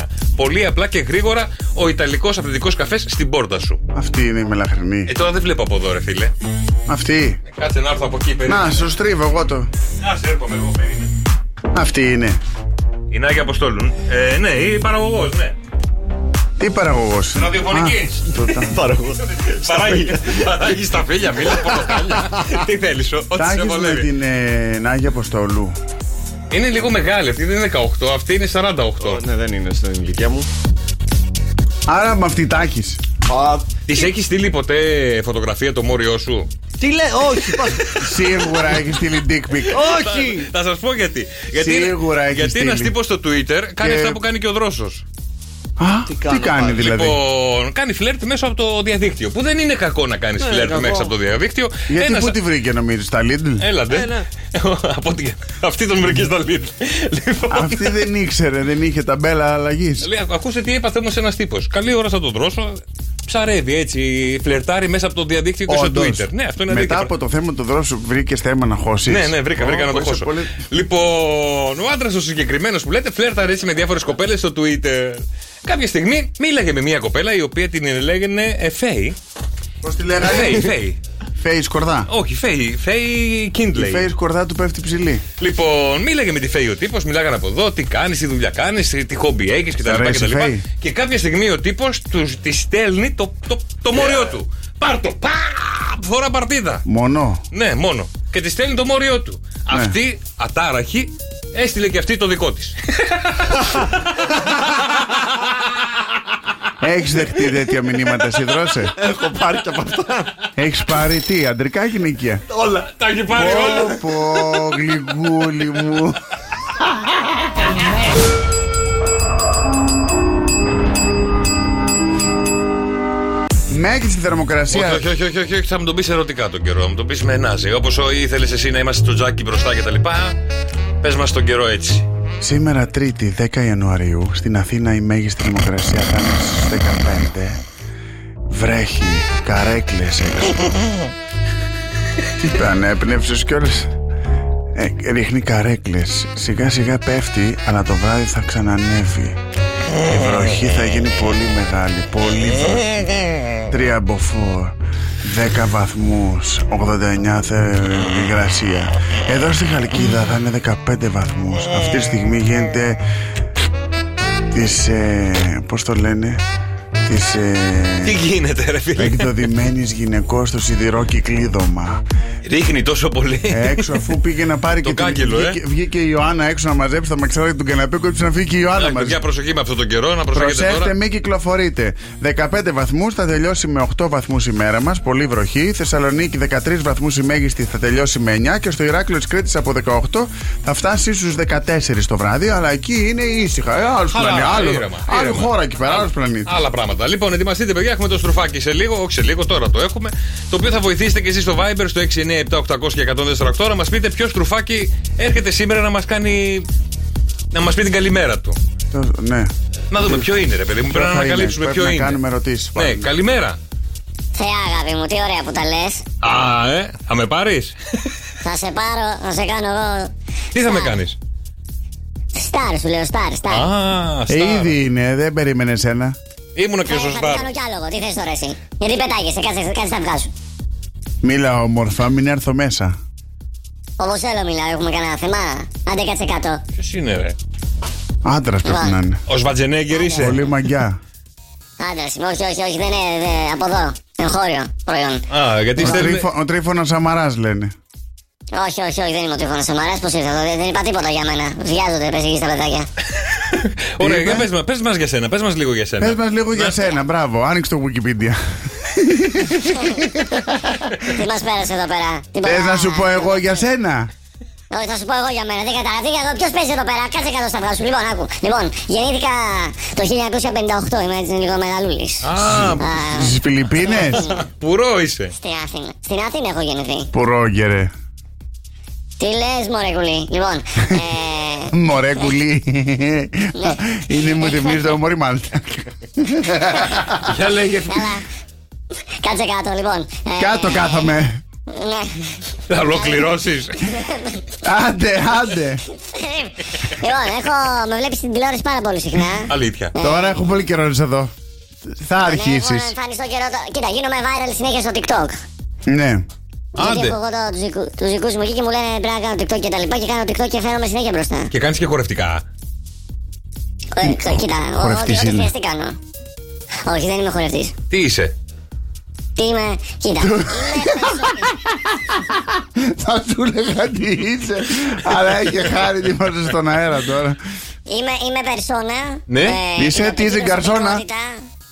789. Πολύ απλά και γρήγορα ο ιταλικός αυθεντικός καφές στην πόρτα σου. Αυτή είναι η μελαχρινή. Ε, τώρα δεν βλέπω από εδώ, ρε φίλε. Ε, Αυτή. Κάτσε να έρθω από εκεί, περίμενε. Να, σου στρίβω εγώ το. Να σε έρχομαι εγώ, περίμενε. Αυτή είναι. Η Νάγια Αποστόλου. Ε, ναι, η παραγωγός, ναι. Τι παραγωγός είναι. Ραδιοφωνική. Α, το- τα- Παράγει, παράγει στα φίλια, μίλα πορτοκάλια. Τι θέλεις, ό,τι Τα σε έχεις με βολεύει. την ε, Νάγια Αποστολού. Είναι λίγο μεγάλη αυτή, δεν είναι 18, αυτή είναι 48. Ναι, δεν είναι στην ηλικία μου. Άρα με αυτή τα έχεις. Τη έχεις στείλει ποτέ φωτογραφία το μόριό σου. Τι λέει, όχι, πας- Σίγουρα έχει στείλει dick pic. όχι. Θα σας πω γιατί. Γιατί, Σίγουρα έχει γιατί ένα στείλει. τύπος στο Twitter κάνει Και- αυτά που κάνει και ο Δρόσος. Α, τι κάνει δηλαδή. Λοιπόν, κάνει φλερτ μέσα από το διαδίκτυο. Που δεν είναι κακό να κάνεις Ναι, φλερτ κακό. μέσα από το διαδίκτυο. Γιατί Ένας- πού τη βρήκε νομίζεις, τα Lidl. Έλατε. Ε, ναι. <laughs> Από ό,τι- Αυτή τον βρήκε στα Lidl. Λοιπόν, Αυτή δεν ήξερε, δεν είχε ταμπέλα αλλαγής. λέει, «Ακού- ακούστε τι έπαθε όμω ένας τύπος. Καλή ώρα θα τον δρώσω. Ψαρεύει έτσι, φλερτάρει μέσα από το διαδίκτυο και στο Twitter. Ναι, αυτό είναι Μετά δίκαιο. από το θέμα του δρόσου βρήκες θέμα να χώσεις. Ναι, ναι, βρήκα, βρήκα να το χώσω. Λοιπόν, ο άντρας ο συγκεκριμένος που λέτε φλέρταρε έτσι με διάφορες κοπέλες στο Twitter. Κάποια στιγμή μίλαγε με μια κοπέλα η οποία την λέγανε ε, Φέη. Πώς τη λέγανε. Φέη, Φέη. Φέη σκορδά. Όχι, Φέη, Φέη Κίντλεϊ. Η Φέη σκορδά του πέφτει ψηλή. Λοιπόν, μίλαγε με τη Φέη ο τύπος, μιλάγανε από εδώ, τι κάνεις, τι δουλειά κάνεις, τι χόμπι έχεις κτλ. Σ' αρέσει Και, η Φέη? και κάποια στιγμή ο τύπος της στέλνει το, το, το μόριό του. Πάρ το, πα, φορά παρτίδα. Μόνο. Ναι, μόνο. Και τη στέλνει το μόριό του. Ναι. Αυτή, ατάραχη, έστειλε και αυτή το δικό της. Έχεις δεχτεί τέτοια μηνύματα, εσύ δρώσε. Έχω πάρει και από αυτά. Έχεις πάρει τι, αντρικά ή γυναικεία. Όλα. Τα έχει πάρει όλα. Πω, πω, γλυκούλη μου. Μέγιστη θερμοκρασία. Όχι, όχι, όχι, όχι, όχι, όχι, θα μου τον πεις ερωτικά τον καιρό. Θα μου τον πεις με ενάζει. Όπω ήθελες εσύ να είμαστε στο τζάκι μπροστά κτλ. Πες μας τον καιρό έτσι. Σήμερα Τρίτη 10 Ιανουαρίου στην Αθήνα η μέγιστη θερμοκρασία θα είναι στις 15 Βρέχει, καρέκλες έξω Τι τα ανέπνευσες κιόλας ε, Ρίχνει καρέκλες Σιγά σιγά πέφτει αλλά το βράδυ θα ξανανεύει Η βροχή θα γίνει πολύ μεγάλη Πολύ βροχή Τρία μποφόρ 10 βαθμούς 89 θε- υγρασία Εδώ στη Χαλκίδα θα είναι 15 βαθμούς Αυτή τη στιγμή γίνεται Της ε, Πώς το λένε της ε, Τι γίνεται, ρε φίλε. εκδοδημένης γυναικός στο σιδηρό κυκλίδωμα. Ρίχνει τόσο πολύ. Έξω αφού πήγε να πάρει Το και την- κάγκελο, ε. βγήκε, βγήκε η Ιωάννα έξω να μαζέψει τα μαξιλάρια του καναπέ κόψει να φύγει και η Ιωάννα μαζί. Για προσοχή με αυτό τον καιρό, να προσέχετε Προσέχτε, τώρα. μην κυκλοφορείτε. 15 βαθμούς, θα τελειώσει με 8 βαθμούς η μέρα μας. Πολύ βροχή. Θεσσαλονίκη 13 βαθμούς η μέγιστη, θα τελειώσει με 9. Και στο Ηράκλειο της Κρήτης από 18 θα φτάσει στους 14 το βράδυ. Αλλά εκεί είναι ήσυχα. Ε, άλλος Χαλαρά, πλανή- άλλο ήρεμα, άλλη ήρεμα. χώρα εκεί πέρα, άλλος πλανήτη. Άλλα πράγματα. Λοιπόν, ετοιμαστείτε, παιδιά. Έχουμε το στροφάκι σε λίγο. Όχι σε λίγο, τώρα το έχουμε. Το οποίο θα βοηθήσετε και εσείς στο Viber στο 697-800 και 148 να μας πείτε ποιο στροφάκι έρχεται σήμερα να μας κάνει. να μας πει την καλημέρα του. Το- Ναι. Να δούμε ποιο είναι, ρε παιδί μου. Πρέπει να θα είναι. ανακαλύψουμε Πρέπει ποιο να είναι. κάνουμε ερωτήσεις. Ναι, καλημέρα. Θεά, αγάπη μου, τι ωραία που τα λες. Α, ε, θα με πάρεις. Θα σε πάρω, θα σε κάνω εγώ. Τι θα με κάνεις. Στάρ, σου λέω, στάρ, στάρ. Ε, ήδη είναι, δεν περίμενε ένα. Ήμουν και Ε, Θα σωστά. το κάνω κι άλλο εγώ, τι θες τώρα εσύ. Γιατί πετάγεσαι, κάτσε, κάτσε τα βγάζω. Μίλα όμορφα, μην έρθω μέσα. Όπως θέλω μιλάω, έχουμε κανένα θέμα. Άντε κάτσε κάτω. Ποιος είναι, ρε. Άντρας πρέπει να είναι. Ο Σβατζενέγκερ είσαι. Πολύ μαγιά. Άντρα, όχι, όχι, όχι, δεν είναι δε, από εδώ. Εγχώριο προϊόν. Α, γιατί Ο στέλνει- Τρίφω- Ο τρίφωνας Σαμαράς λένε. Όχι, όχι, όχι, δεν είμαι ο τρίφωνας Σαμαράς. Πώς ήρθα εδώ, δεν, δεν είπα τίποτα για μένα. Βιάζονται, πες εκεί στα παιδάκια. Ωραία, για πες, μα- πες μας για σένα, πες μας λίγο για σένα. Πες μας λίγο για σένα, μπράβο, άνοιξε το Wikipedia. τι μας πέρασε εδώ πέρα. Τίποτα. Θες να σου πω εγώ για σένα. Όχι, θα σου πω εγώ για μένα. Δεν κατάλαβα. Ποιος παίζει εδώ πέρα. Κάτσε κάτω στα βγάζου. Λοιπόν, άκου. Λοιπόν, γεννήθηκα το 1958. Είμαι έτσι λίγο μεγαλούλης. Α, Στις Φιλιππίνες. Πουρό είσαι. Στην Αθήνα. Στην Αθήνα έχω γεννηθεί. Πουρόγερε. Τι λες, Μωρέκουλη. Λοιπόν, ε, Μωρέ κουλή. Είναι μου θυμίζει το μωρή μάλτα. Για λέγε. κάτσε κάτω, λοιπόν. Ε, Κάτω κάθομαι. Ναι. Θα ολοκληρώσεις. Άντε, άντε. λοιπόν, έχω, με βλέπεις στην τηλεόραση πάρα πολύ συχνά. Αλήθεια. Τώρα έχω πολύ καιρό να είσαι εδώ. Θα αρχίσει. Έχω εμφανιστώ καιρό. το- Κοίτα, γίνομαι viral συνέχεια στο TikTok. Ναι. Γιατί έχω εγώ το- τους ζικού- τους δικούς μου εκεί και μου λένε πρέπει να κάνω TikTok και τα λοιπά και κάνω TikTok και φέρομαι συνέχεια μπροστά. Και κάνεις και χορευτικά. Ε, ξε- Κοίτα, ό- ό- ό,τι Χορευτής είναι. χρειαστεί κάνω. Όχι, δεν είμαι χορευτής. Τι είσαι. Τι είμαι, <laughs> κοίτα. Θα σου έλεγα τι είσαι. Αλλά έχει χάρη τι είμαστε στον αέρα τώρα. είμαι, είμαι περσόνα. Ε, Ναι. Είσαι, είμαι τι είσαι, παιδί γκαρσόνα? προσωπικότητα.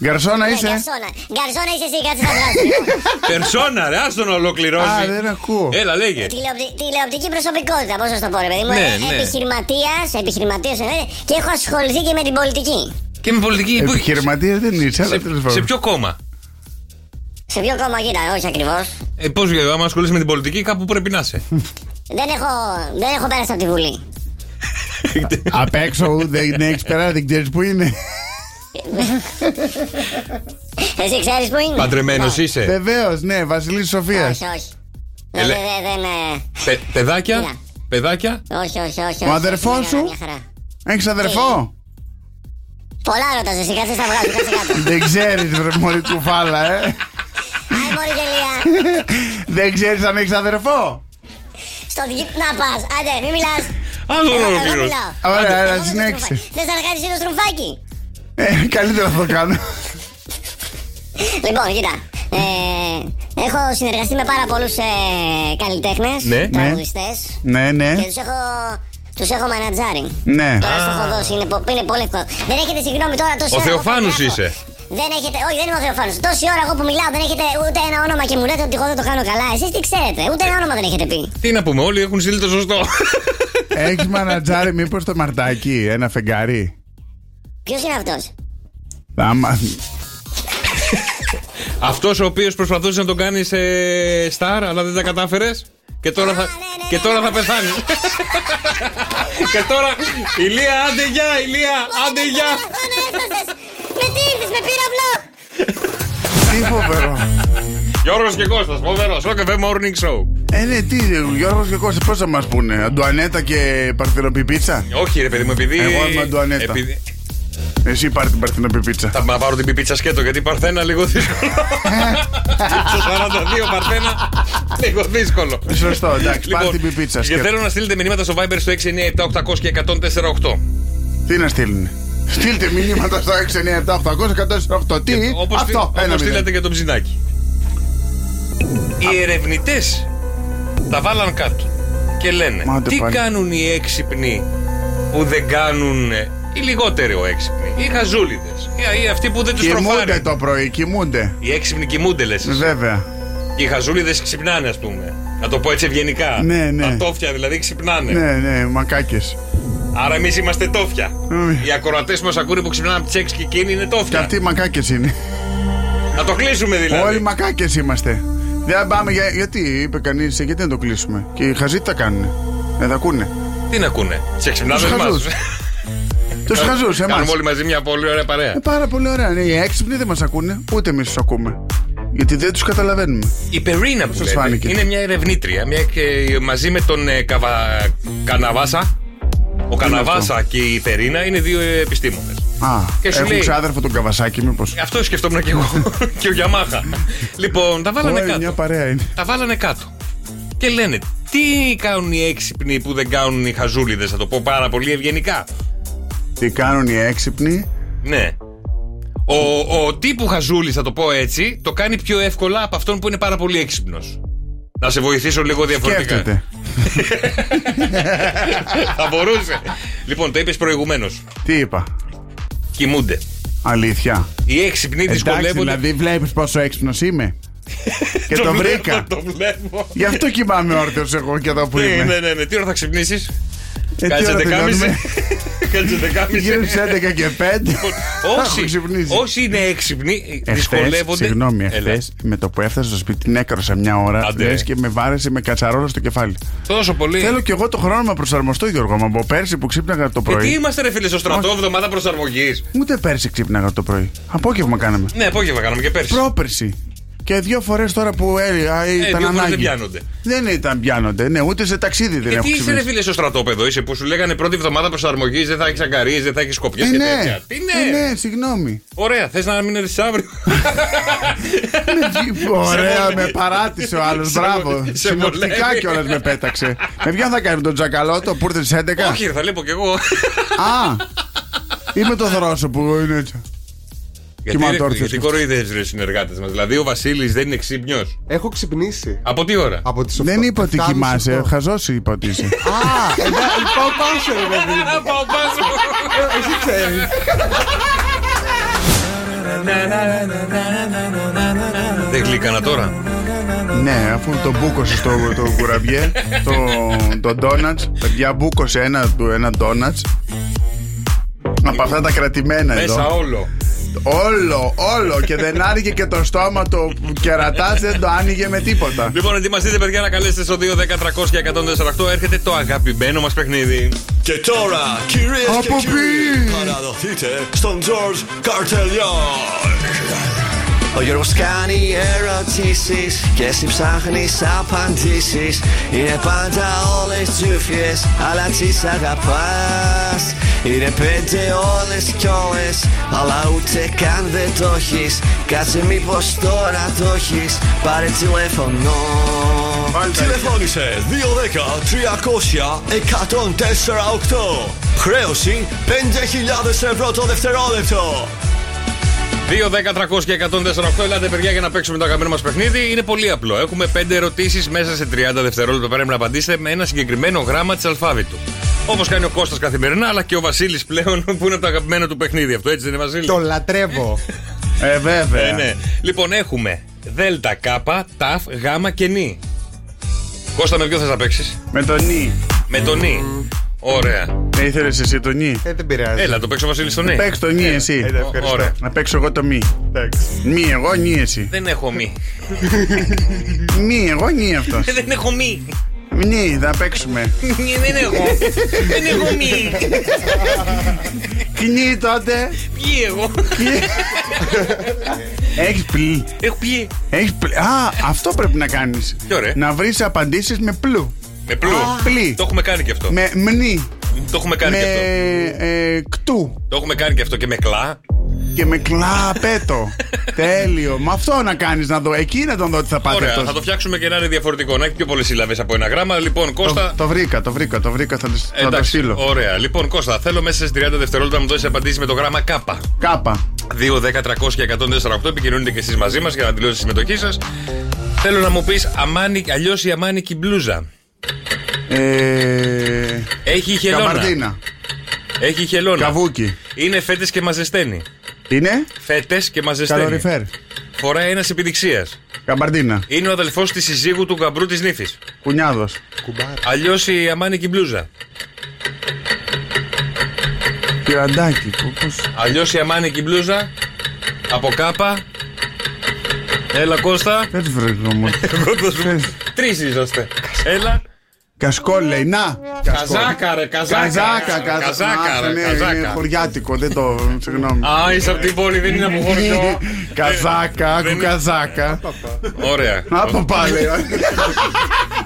Γκαρσόνα Ναι, είσαι. Γκαρσόνα. Γκαρσόνα είσαι εσύ, κάτσε να βγάλω. Περσόνα, ρε, άστο να ολοκληρώσει. Α, δεν ακούω. Έλα, λέγε. Τηλεοπτη- τηλεοπτική προσωπικότητα, πώς να σου το πω, ρε παιδί μου. Ναι, ε, ναι. Επιχειρηματίας, επιχειρηματίας εννοείται, και έχω ασχοληθεί και με την πολιτική. Και με πολιτική Επιχειρηματίας δεν είσαι, αλλά τέλο Σε, σε πάντων. ποιο κόμμα. Σε ποιο κόμμα, κοίτα, όχι ακριβώς. Ε, Πώς, άμα ασχολείσαι με την πολιτική, κάπου πρέπει να <laughs> είσαι. Δεν έχω, δεν έχω πέρασει από τη Βουλή. Απ' έξω δεν έχεις περάσει, δεν ξέρεις που είναι. Εσύ ξέρεις που είναι. Παντρεμένος είσαι. Βεβαίως, ναι, Βασιλής Σοφίας. Όχι, όχι. Ε, Δεν, λέ- δεν, δεν, ε, Πε- παιδάκια. Ναι. Κοίτα. Παιδάκια. όχι, όχι, όχι. Ο όχι. αδερφός Μια χαρά, σου? μια χαρά. Έχεις αδερφό. Πολλά ρωτάς εσύ, κάτσε στα βγάζω, κάτσε κάτω. Δεν ξέρεις, βρε μωρή κουφάλα, ε. Άι, μωρή γελία. Δεν ξέρεις αν έχεις αδερφό. Στον γύπ να πας. Άντε, μην μιλάς. Άλλο Εγώ- εγώ ολοκληρώσει. μιλάω. Ωραία, Εγώ έλα, με το συνέχισε. στρουφάκι. Θες να κάνεις ένα στρουφάκι. Ε, Καλύτερα θα το κάνω. Λοιπόν, κοίτα. Ε, έχω συνεργαστεί με πάρα πολλούς ε, καλλιτέχνες, Ναι, ναι. τραγουδιστές Ναι, ναι. και τους έχω, τους έχω μανατζάρει. Ναι. Τώρα στο έχω δώσει, είναι, πο- είναι πολύ εύκολο. Δεν έχετε συγγνώμη τώρα τόση Ο ώρα που Θεοφάνους περιγράφω. είσαι. Δεν έχετε, όχι, δεν είμαι ο Θεοφάνος. Τόση ώρα εγώ που μιλάω δεν έχετε ούτε ένα όνομα και μου λέτε ότι εγώ δεν το κάνω καλά. Εσείς τι ξέρετε, ούτε ένα όνομα δεν έχετε πει. Τι να πούμε, όλοι έχουν στείλει το σωστό. Έχει μανατζάρι, μήπως το μαρτάκι, ένα φεγγάρι. Ποιος είναι αυτός. Θα μα- Αυτός ο οποίος προσπαθούσε να τον κάνεις ε, star, αλλά δεν τα κατάφερες. Και τώρα θα, και τώρα θα πεθάνεις. <laughs> και τώρα, ηλία, άντε γεια, ηλία, άντε γεια. Με τι ήρθες, με πύραυλο. Τι φοβερό. Γιώργος και Κώστας, φοβερός. Σοκεφέ Morning Show. Ε, ναι, τι, Γιώργος και Κώστας, πώς θα μας πούνε. Αντουανέτα και παρθενοπιπίτσα. Όχι, ρε παιδί μου, επειδή. Εγώ είμαι Αντουανέτα. Επειδή... Εσύ πάρει την παρθενοπιπίτσα. Θα πάρω την πιπίτσα σκέτο γιατί παρθένα λίγο <laughs> δύσκολο. Στο 42 παρθένα λίγο δύσκολο. Σωστό, εντάξει, Ε, πάρε Λοιπόν, την πιπίτσα. Και σκέτο. θέλω να στείλετε μηνύματα στο Viber στο 697 800 και 148. Τι να στείλουν. Στείλτε μηνύματα στο 697 800 Τι, Ε, Όπως στείλ- αυτό, όπως ένα μηδέν. στείλατε και τον ψινάκι. Οι ερευνητές τα βάλαν κάτω και λένε Μα, άντε τι πάλι. κάνουν οι έξυπνοι που δεν κάνουν ε, οι λιγότερο έξυπνοι, οι χαζούλιδες, οι, οι αυτοί που δεν τους Κοιμούνται τροφάρουν. το πρωί, κοιμούνται. Οι έξυπνοι κοιμούνται λες εσύ. Βέβαια. Οι χαζούλιδες ξυπνάνε ας πούμε. Να το πω έτσι ευγενικά. Ναι, ναι. Τα τόφια δηλαδή ξυπνάνε. Ναι, ναι, μακάκες. Άρα εμείς είμαστε τόφια. Οι ακροατές που μας ακούνε που ξυπνάνε από τις 6 και εκείνοι είναι Ναι. Και τόφια. αυτοί μακάκες είναι. Να το κλείσουμε Ναι. δηλαδή. Όλοι μακάκες είμαστε. Δεν πάμε για... Γιατί είπε κανείς, γιατί δεν το κλείσουμε. Και οι χαζοί τι τα κάνουν. Δεν τα ακούνε. Τι να ακούνε, σε ξυπνάδε Τους μα. χαζούς. Τους χαζούς, εμάς. Ε, Κάνουμε όλοι μαζί μια πολύ ωραία παρέα. Πάρα πολύ ωραία. Ναι, οι έξυπνοι δεν μας ακούνε, ούτε εμείς τους ακούμε. Γιατί δεν τους καταλαβαίνουμε. Η Περίνα που Σας λέτε, φάνηκε. είναι μια ερευνήτρια μια, και, μαζί με τον ε, Καβα- Καναβάσα. Ο Καναβάσα και η Περίνα είναι δύο ε, επιστήμονες. Α, Και σου έχουν λέει- Ε, ξάδερφο τον καβασάκι, μήπω. Αυτό σκεφτόμουν και εγώ. <laughs> και ο Γιαμάχα. λοιπόν, τα βάλανε κάτω. μια παρέα είναι. Τα βάλανε κάτω. Και λένε, τι κάνουν οι έξυπνοι που δεν κάνουν οι χαζούλιδες, θα το πω πάρα πολύ ευγενικά. Τι κάνουν οι έξυπνοι. Ναι. Ο, ο τύπου Χαζούλη, θα το πω έτσι, το κάνει πιο εύκολα από αυτόν που είναι πάρα πολύ έξυπνος. Να σε βοηθήσω λίγο διαφορετικά. Σκέφτεται. θα μπορούσε. λοιπόν, το είπες προηγουμένως. Τι είπα. Κοιμούνται. Αλήθεια. Οι έξυπνοι Εντάξει, δυσκολεύονται. δηλαδή βλέπεις πόσο έξυπνος <laughs> είμαι. και το βλέπω, βρήκα. Το βλέπω. Γι' αυτό κοιμάμαι όρθιος εγώ και εδώ που Ναι, είμαι. ναι, ναι, ναι. Τι ώρα θα ξυπνήσεις. Ε, τι Κάτσε ώρα δεκάμιση. τελειώνουμε? <laughs> Κάτσε δεκάμιση. <laughs> Λοιπόν, Γύρω στις 11 και 5. Όσοι, όσοι είναι έξυπνοι Εχθές, δυσκολεύονται. συγγνώμη, Έλα. εχθές με το που έφτασα στο σπίτι την έκαρωσα μια ώρα Άντε, λες, ε. και με βάρεσε με κατσαρόλα στο κεφάλι. Τόσο πολύ. Θέλω κι εγώ το χρόνο να προσαρμοστώ, Γιώργο. Μα από πέρσι που ξύπναγα το Και Ε, τι πρωί. είμαστε, ρε φίλε, στο στρατό, εβδομάδα προσαρμογής. Ούτε πέρσι ξύπναγα το πρωί. Απόγευμα κάναμε. Ναι, απόγευμα κάναμε και πέρσι. Πρόπερσι. Και δύο φορές τώρα που έλα, Ε, δύο ήταν φορές δεν ανάγκη. πιάνονται. Δεν ήταν πιάνονται. Ναι, ούτε σε ταξίδι δεν Και έχω τι είσαι, ρε ξυπνήσει. φίλε, στο στρατόπεδο, είσαι που σου λέγανε πρώτη εβδομάδα προσαρμογής, δεν θα έχεις αγκαρίες, δεν θα έχεις σκοπιές και Ε, ναι. τέτοια. Τι Ε, ναι! ναι, <laughs> συγγνώμη. Ωραία, θες να μην έρθει <laughs> αύριο. Ναι, Ωραία, με παράτησε ο άλλο. Σε Μπράβο. βολεύει. Συνοπτικά κιόλας με <laughs> πέταξε. Με ποιον θα κάνει τον τζακαλώτο που ήρθε στις 11. Όχι, ρε, θα λέω κι εγώ. Α! Ή με το θρόσο που είναι έτσι. Γιατί, Κοιμάται ρε, όρθιος. γιατί κοροϊδεύει του συνεργάτες μας. Δηλαδή, ο Βασίλης δεν είναι ξύπνιος. Έχω ξυπνήσει. Από τι ώρα. Από τις Δεν είπα ότι κοιμάσαι. Χαζό είπα ότι είσαι. Α, εντάξει, πάω πάσο, ρε παιδί μου. Πάω πάσο. Εσύ ξέρεις. Δεν γλύκανα τώρα. <laughs> Ναι, αφού τον μπούκωσε στο το κουραμπιέ, το, το ντόνατς, παιδιά μπούκωσε ένα, του- ένα ντόνατς. Από αυτά τα κρατημένα Μέσα εδώ. όλο. Όλο, όλο και δεν άνοιγε και το στόμα το κερατάς δεν το άνοιγε με τίποτα. Λοιπόν, ετοιμαστείτε, παιδιά, να καλέσετε στο 2 10 300 και 148. Έρχεται το αγαπημένο μας παιχνίδι. Και τώρα, κυρίες και Από κύριοι, παραδοθείτε στον George Καρτελιόν. Ο Γιώργος κάνει ερωτήσεις και εσύ ψάχνεις απαντήσεις Είναι πάντα όλες τσούφιες αλλά τις αγαπάς Είναι πέντε όλες κι όλες αλλά ούτε καν δεν το έχεις Κάτσε μήπως τώρα το έχεις πάρε τηλέφωνο Τηλεφώνησε 210-300-1048. Χρέωση 5.000 ευρώ το δευτερόλεπτο. 2, 10, 300 και 148. Ελάτε, παιδιά, για να παίξουμε το αγαπημένο μας παιχνίδι. Είναι πολύ απλό. Έχουμε 5 ερωτήσεις μέσα σε 30 δευτερόλεπτα. Πρέπει να απαντήσετε με ένα συγκεκριμένο γράμμα της αλφάβητου. Όπως κάνει ο Κώστας καθημερινά, αλλά και ο Βασίλης πλέον, <laughs> που είναι από το αγαπημένο του παιχνίδι. Αυτό έτσι δεν είναι, Βασίλη. Το λατρεύω. Ε, Ε, βέβαια. ναι. Λοιπόν, έχουμε Δέλτα, Κάπα, Ταφ, Γάμα και Νι. Κώστα, με ποιο θες να παίξεις. Με το νι. Με το Νι. Ωραία. Ε, ήθελες εσύ το νι. Ε, δεν πειράζει. Έλα, το παίξω, Βασίλη, στο Νι. Παίξ το νι εσύ. Ε, ευχαριστώ. Ωραία. Να παίξω εγώ το μη. Μη εγώ, νι εσύ. Δεν έχω μη. Μη εγώ, νι αυτός. <laughs> Δεν έχω μη. Νι, θα παίξουμε. <laughs> Δεν έχω. Δεν έχω μη. Κνί τότε. Ποιοι εγώ. Έχεις πλή. Έχω πιει. Έχεις πλ... Α, αυτό πρέπει να κάνεις. Τι ωραία. Να βρεις απαντήσεις με πλου. Με πλού. Πλή. Το έχουμε κάνει και αυτό. Με μνή. Το έχουμε κάνει με και αυτό. ε, κτού. Το έχουμε κάνει και αυτό και με κλά. και με κλαπέτο. Τέλειο. Με αυτό να κάνεις να δω. Εκεί να τον δω τι θα πάτε. Ωραία, αυτός. θα το φτιάξουμε και να είναι διαφορετικό. Να έχει πιο πολλές σύλλαβες από ένα γράμμα. Λοιπόν, Κώστα. Το βρήκα, το βρήκα, το βρήκα. Θα, το- θα το Εντάξει, στείλω. ωραία. Λοιπόν, Κώστα, θέλω μέσα σε 30 δευτερόλεπτα να μου δώσεις απαντήσεις με το γράμμα Κάπα. Κάπα. 2, 10, 300 και 148. Επικοινωνείτε και εσείς μαζί μας για να δηλώσετε τη συμμετοχή σας. Θέλω να μου πεις αλλιώς η αμάνικη μπλούζα. Ε... Έχει χελώνα. Καμαρδίνα. Έχει χελώνα. Καβούκι. Είναι φέτες και μαζεσταίνει. Είναι. Φέτες και μαζεσταίνει. Καλοριφέρ. Φοράει ένας επιδειξίας. Καμπαρντίνα. Είναι ο αδελφός της συζύγου του γαμπρού της νύφης. Κουνιάδος. Αλλιώς η αμάνικη μπλούζα. Πυραντάκι. Πο- πώς- Αλλιώς η αμάνικη μπλούζα. Από κάπα. Έλα Κώστα. Δεν βρήκα μου. Τρεις είσαστε. Έλα. Κασκόλ λέει. Να. Κασκόλ. Καζάκα, ρε, καζάκα. Καζάκα, Καζάκα, καζάκα. ρε, Ναι, καζάκα. Είναι χωριάτικο. Δεν το. Συγγνώμη. Α, Ε, είσαι από την πόλη, δεν είναι από χωριό. Καζάκα, άκου Ε, καζάκα. Ωραία. Από Ε, πάλι.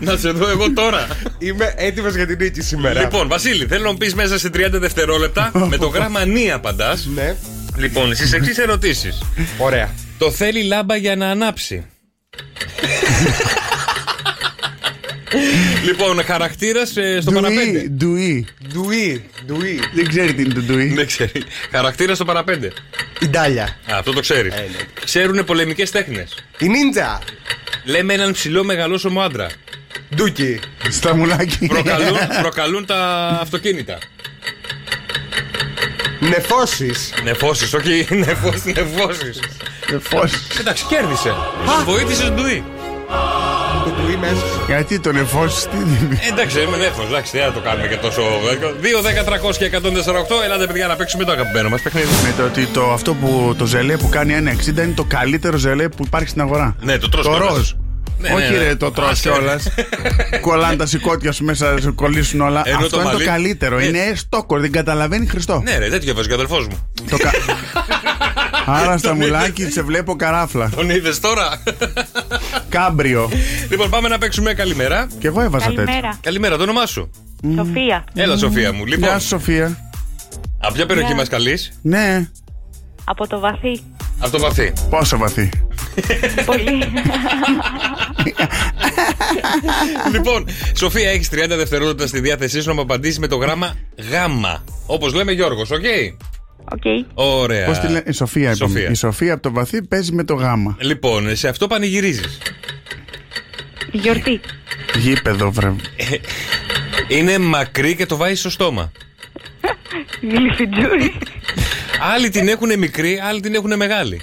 Να σε δω εγώ τώρα. Είμαι έτοιμος για την νίκη σήμερα. Λοιπόν, Βασίλη, θέλω να μου πεις μέσα σε 30 δευτερόλεπτα με το γράμμα νη απαντάς. Ναι. Λοιπόν, στι εξής ερωτήσεις. Ωραία. Το θέλει λάμπα για να <laughs> ανάψει. λοιπόν, χαρακτήρας στο παραπέντε. Ντουί. Ντουί. Ντουί. Δεν ξέρει τι είναι το ντουί. Δεν ξέρει. Χαρακτήρας στο παραπέντε. Ιντάλια. Α, αυτό το ξέρει. Ξέρουν πολεμικές τέχνες. Η νίντζα. Λέμε έναν ψηλό μεγαλόσωμο άντρα. Ντούκι. Στα μουλάκι. Ναι. <laughs> Προκαλούν, προκαλούν τα αυτοκίνητα. Νεφώσεις. Νεφώσεις, όχι <laughs> νεφώσεις, νεφώσεις. Ε, Νεφώσεις. Εντάξει, κέρδισε. Βοήθησες ντουί. Το ντουί μέσα. Γιατί τον εφώσει τι δίνει. Ε, Εντάξει, είμαι νεφό. Εντάξει, δεν θα το κάνουμε και τόσο. 2, 10, 300 και 148. Ελάτε, παιδιά, να παίξουμε το αγαπημένο μας παιχνίδι. Με το ότι το, αυτό που το ζελέ που κάνει 1,60 είναι το καλύτερο ζελέ που υπάρχει στην αγορά. Ναι, το τρως Το κιόλας. ροζ. Ναι, Όχι ναι, ναι. ρε, το τρως Άσε. κιόλας. <laughs> Κολλάνε τα σηκώτια σου μέσα, σου κολλήσουν όλα. Ενώ αυτό το είναι μαλλί- το καλύτερο. Ναι. Είναι στόκορ, δεν καταλαβαίνει Χριστό. Ναι, ρε, τέτοιο βάζει και ο αδελφός μου. Το <laughs> κα- Άρα στα μουλάκι σε βλέπω καράφλα. Τον είδες <laughs> τώρα. Κάμπριο. λοιπόν, πάμε να παίξουμε καλημέρα. Κι εγώ έβαζα τέτοιο. Καλημέρα, το όνομά σου. Σοφία. Έλα, Σοφία μου. Λοιπόν, Γεια σου, Σοφία. από ποια περιοχή Γεια. μας καλείς, Ναι. Από το βαθύ. από το <laughs> βαθύ. Πόσο βαθύ. Πολύ. λοιπόν, Σοφία, έχεις 30 δευτερόλεπτα στη διάθεσή σου να μου απαντήσεις με το γράμμα γάμα. Όπως λέμε Γιώργος, οκ. Οκ. Ωραία. Πώς τη λένε, η Σοφία, είπαμε. Ε, Σοφία. Η Σοφία από το βαθύ παίζει με το γάμα. Λοιπόν, σε αυτό πανηγυρίζεις. Γιορτή. Γήπεδο, βρε. Είναι μακρύ και το βάζεις στο στόμα. Γλυφιτζούρι. Άλλοι την έχουν μικρή, άλλοι την έχουν μεγάλη.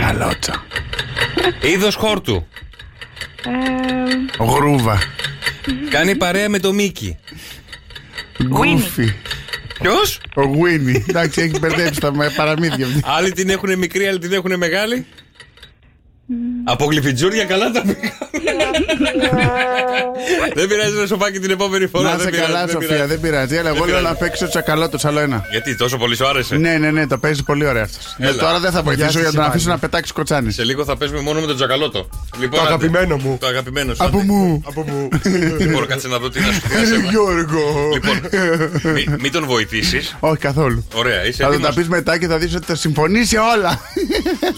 Γαλότσα. Είδος χόρτου. Ε, Γρούβα. Κάνει παρέα με το Μίκη. Γκούφι. Ποιος? Ο Γουίνι. Εντάξει, έχει μπερδέψει τα με- παραμύθια αυτή. Άλλοι την έχουν μικρή, άλλοι την έχουν μεγάλη. Από γλυφιτζούρια καλά τα πήγα. δεν πειράζει να σοφάκι την επόμενη φορά. Να δεν σε πειράζει, καλά, δεν Σοφία, πειράζει. δεν πειράζει. Έλα, εγώ λέω πειράζει. να παίξω τσακαλώτο, άλλο ένα. Γιατί τόσο πολύ σου άρεσε. Ναι, ναι, ναι, το παίζει πολύ ωραία αυτό. Ε, Έλα. Τώρα δεν θα βοηθήσω για να τον αφήσω να πετάξει κοτσάνη. Σε λίγο θα παίζουμε μόνο με τον Τζακαλώτο. Λοιπόν, Το άντε. αγαπημένο μου. Το αγαπημένο σου. Από άντε. μου. Από <laughs> μου. Μπορώ κάτσε να δω τι να σου πει. Ρε Γιώργο. Λοιπόν, Μην μη τον βοηθήσεις. <laughs> Όχι καθόλου. Ωραία, είσαι Θα του τα έτοιμο. πεις μετά και θα δεις ότι θα συμφωνήσει όλα.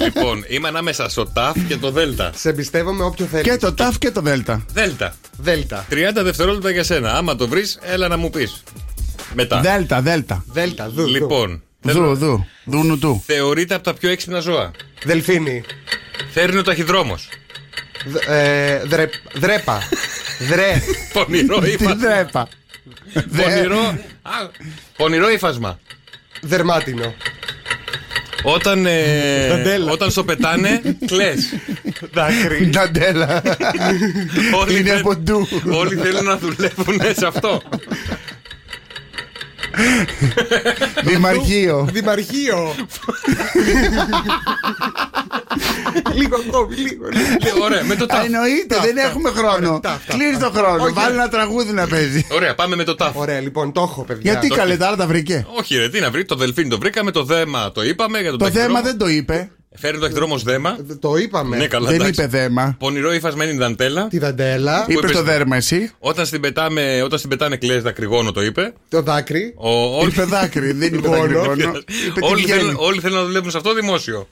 Λοιπόν, είμαι ανάμεσα στο ΤΑΦ και το ΔΕΛΤΑ. Σε εμπιστεύομαι όποιο θέλεις. <laughs> Και το ΤΑΦ και το ΔΕΛΤΑ. ΔΕΛΤΑ. Δέλτα. 30 δευτερόλεπτα για σένα. Άμα το βρεις, έλα να μου πεις. Μετά. Δέλτα, Δέλτα. Δέλτα. Δου. δου. Λοιπόν, Δου, δου. Δούνου του. θεωρείται από τα πιο έξυπνα ζώα. Δελφίνι. Φέρνει ο ταχυδρόμος. Δ- ε, δρε- Δρέπα. <laughs> Δρε. Πονηρό Τι ύφασμα. δρέπα. Πονηρό. Α, Πονηρό ύφασμα. Δερμάτινο. Όταν, ε, Δαντέλα. όταν στο πετάνε, κλε. <laughs> Δάκρυ. Νταντέλα. Είναι από ντου. Όλοι θέλουν να δουλεύουν σε αυτό. Δημαρχείο. Δημαρχείο. <laughs> λίγο ακόμη, λίγο. λίγο. Ε, Ωραία, με το Α, τάφ. Εννοείται, δεν έχουμε χρόνο. τάφ, τάφ, Κλείνει το χρόνο. Όχι, Βάλει ρε. ένα τραγούδι να παίζει. Ωραία, πάμε με το τάφ. Ωραία, λοιπόν, το έχω, παιδιά. Γιατί καλετάρα τα βρήκε. Όχι, ρε, τι να βρει. Το δελφίνι το βρήκαμε, το δέμα το είπαμε για τον Το ταχυδρόμο. Ε, θέμα δεν το είπε. Φέρνει το ταχυδρόμο δέμα. Το είπαμε. Ναι, καλά, Δεν εντάξει. είπε δέμα. Πονηρό ύφασμα είναι η δαντέλα. Τη δαντέλα. Που Είπε είπες- το δέρμα εσύ. Όταν στην, πετάμε, όταν στην πετάνε κλαίες δακρυγόνο το είπε. Το δάκρυ. Ο, όλοι, Είπε δάκρυ, δεν είπε Γόνο. δακρυγόνο. Είπε τι όλοι, βγαίνει. θέλουν, όλοι θέλουν να δουλεύουν σε αυτό δημόσιο.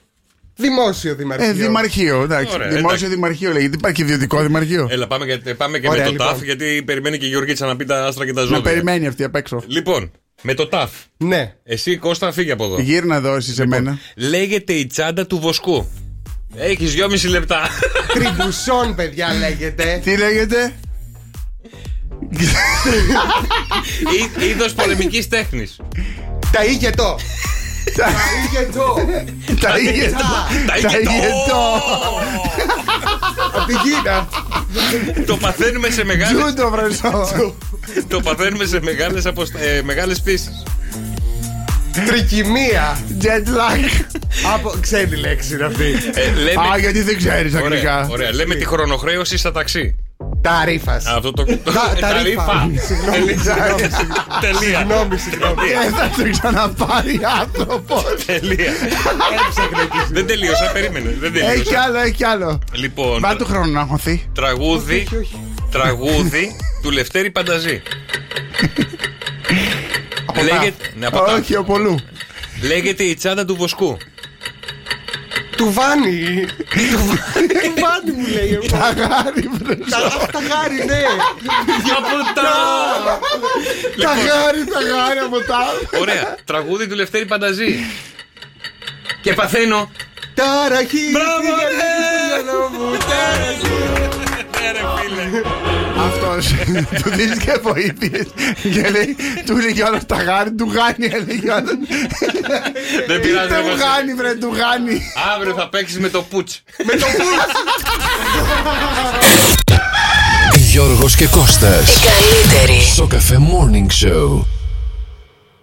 Δημόσιο δημαρχείο. Ε, δημαρχείο, εντάξει. Ωραία, Ε, Δημόσιο δημαρχείο λέγεται. Δεν Υπάρχει και ιδιωτικό δημαρχείο. Έλα, πάμε, για- πάμε και Ωραία, με το λοιπόν. τάφ, γιατί περιμένει και η Γεωργίτσα να πει τα άστρα και τα Να ζώδια. περιμένει αυτή απ' έξω. Λοιπόν, με το τάφ. Ναι. Εσύ, Κώστα, φύγε από εδώ. Γύρνα εδώ εσύ σε μένα. Λέγεται η τσάντα του βοσκού. Έχεις δυόμιση <laughs> λεπτά. Τριμπουσόν, παιδιά, λέγεται. Τι λέγεται. Είδος πολεμικής τέχνης. Τα ήγετο. Τα ήγετο. Τα ήγετο. Τα ήγετο. Απ' την Κίνα. Το παθαίνουμε σε μεγάλες. Τζούντο, βρεσό. Το παθαίνουμε σε μεγάλες, αποστα... ε, μεγάλες πτήσεις. Τρικυμία. Jet lag. Από ξένη λέξη είναι αυτή. Ε, ναι. λέμε... Α, γιατί δεν ξέρεις Ωραία, αγγλικά. Ωραία, λέμε τη χρονοχρέωση στα ταξί. Τα ρήφας. Αυτό το. Τα- Τα ρήφα. Συγγνώμη, συγγνώμη, Τελεία. συγγνώμη, συγγνώμη. Ε, θα σε ξαναπάρει άνθρωπο. Τελεία. Δεν τελείωσα, περίμενε. Δεν Έχει κι τελείωσα. άλλο, έχει κι άλλο. Λοιπόν, Βάλ του χρόνου να αγχωθεί. τραγούδι. Τραγούδι του Λευτέρη Πανταζή. Λέγεται, ναι, από τα. Όχι, ο πολλού. Λέγεται η τσάντα του Βοσκού. Του βάνει. Του βάνει μου λέει. εγώ. Τα γάρι, βρεσό. Τα- Τα γάρι, ναι. Από τα. Τα γάρι, τα γάρι από τα. Ωραία. Τραγούδι του Λευτέρη Πανταζή. Και παθαίνω. Ταραχή. Μπράβο, τι ναι. ρε. κάνεις στο μυαλό μου, ταραχή. Ναι, ρε φίλε. Αυτός του δίνεις και βοήθειες. Και λέει, του λέει κιόλα τα γάρι, του γάνει. Έλεγε όλα. Δεν πειράζει. Ήρθε εγώ μου σε- γάνει, βρε, του γάνει. Αύριο θα παίξεις με το πουτς. Γιώργος και Κώστας. καλύτερη. Στο Cafe Morning Show.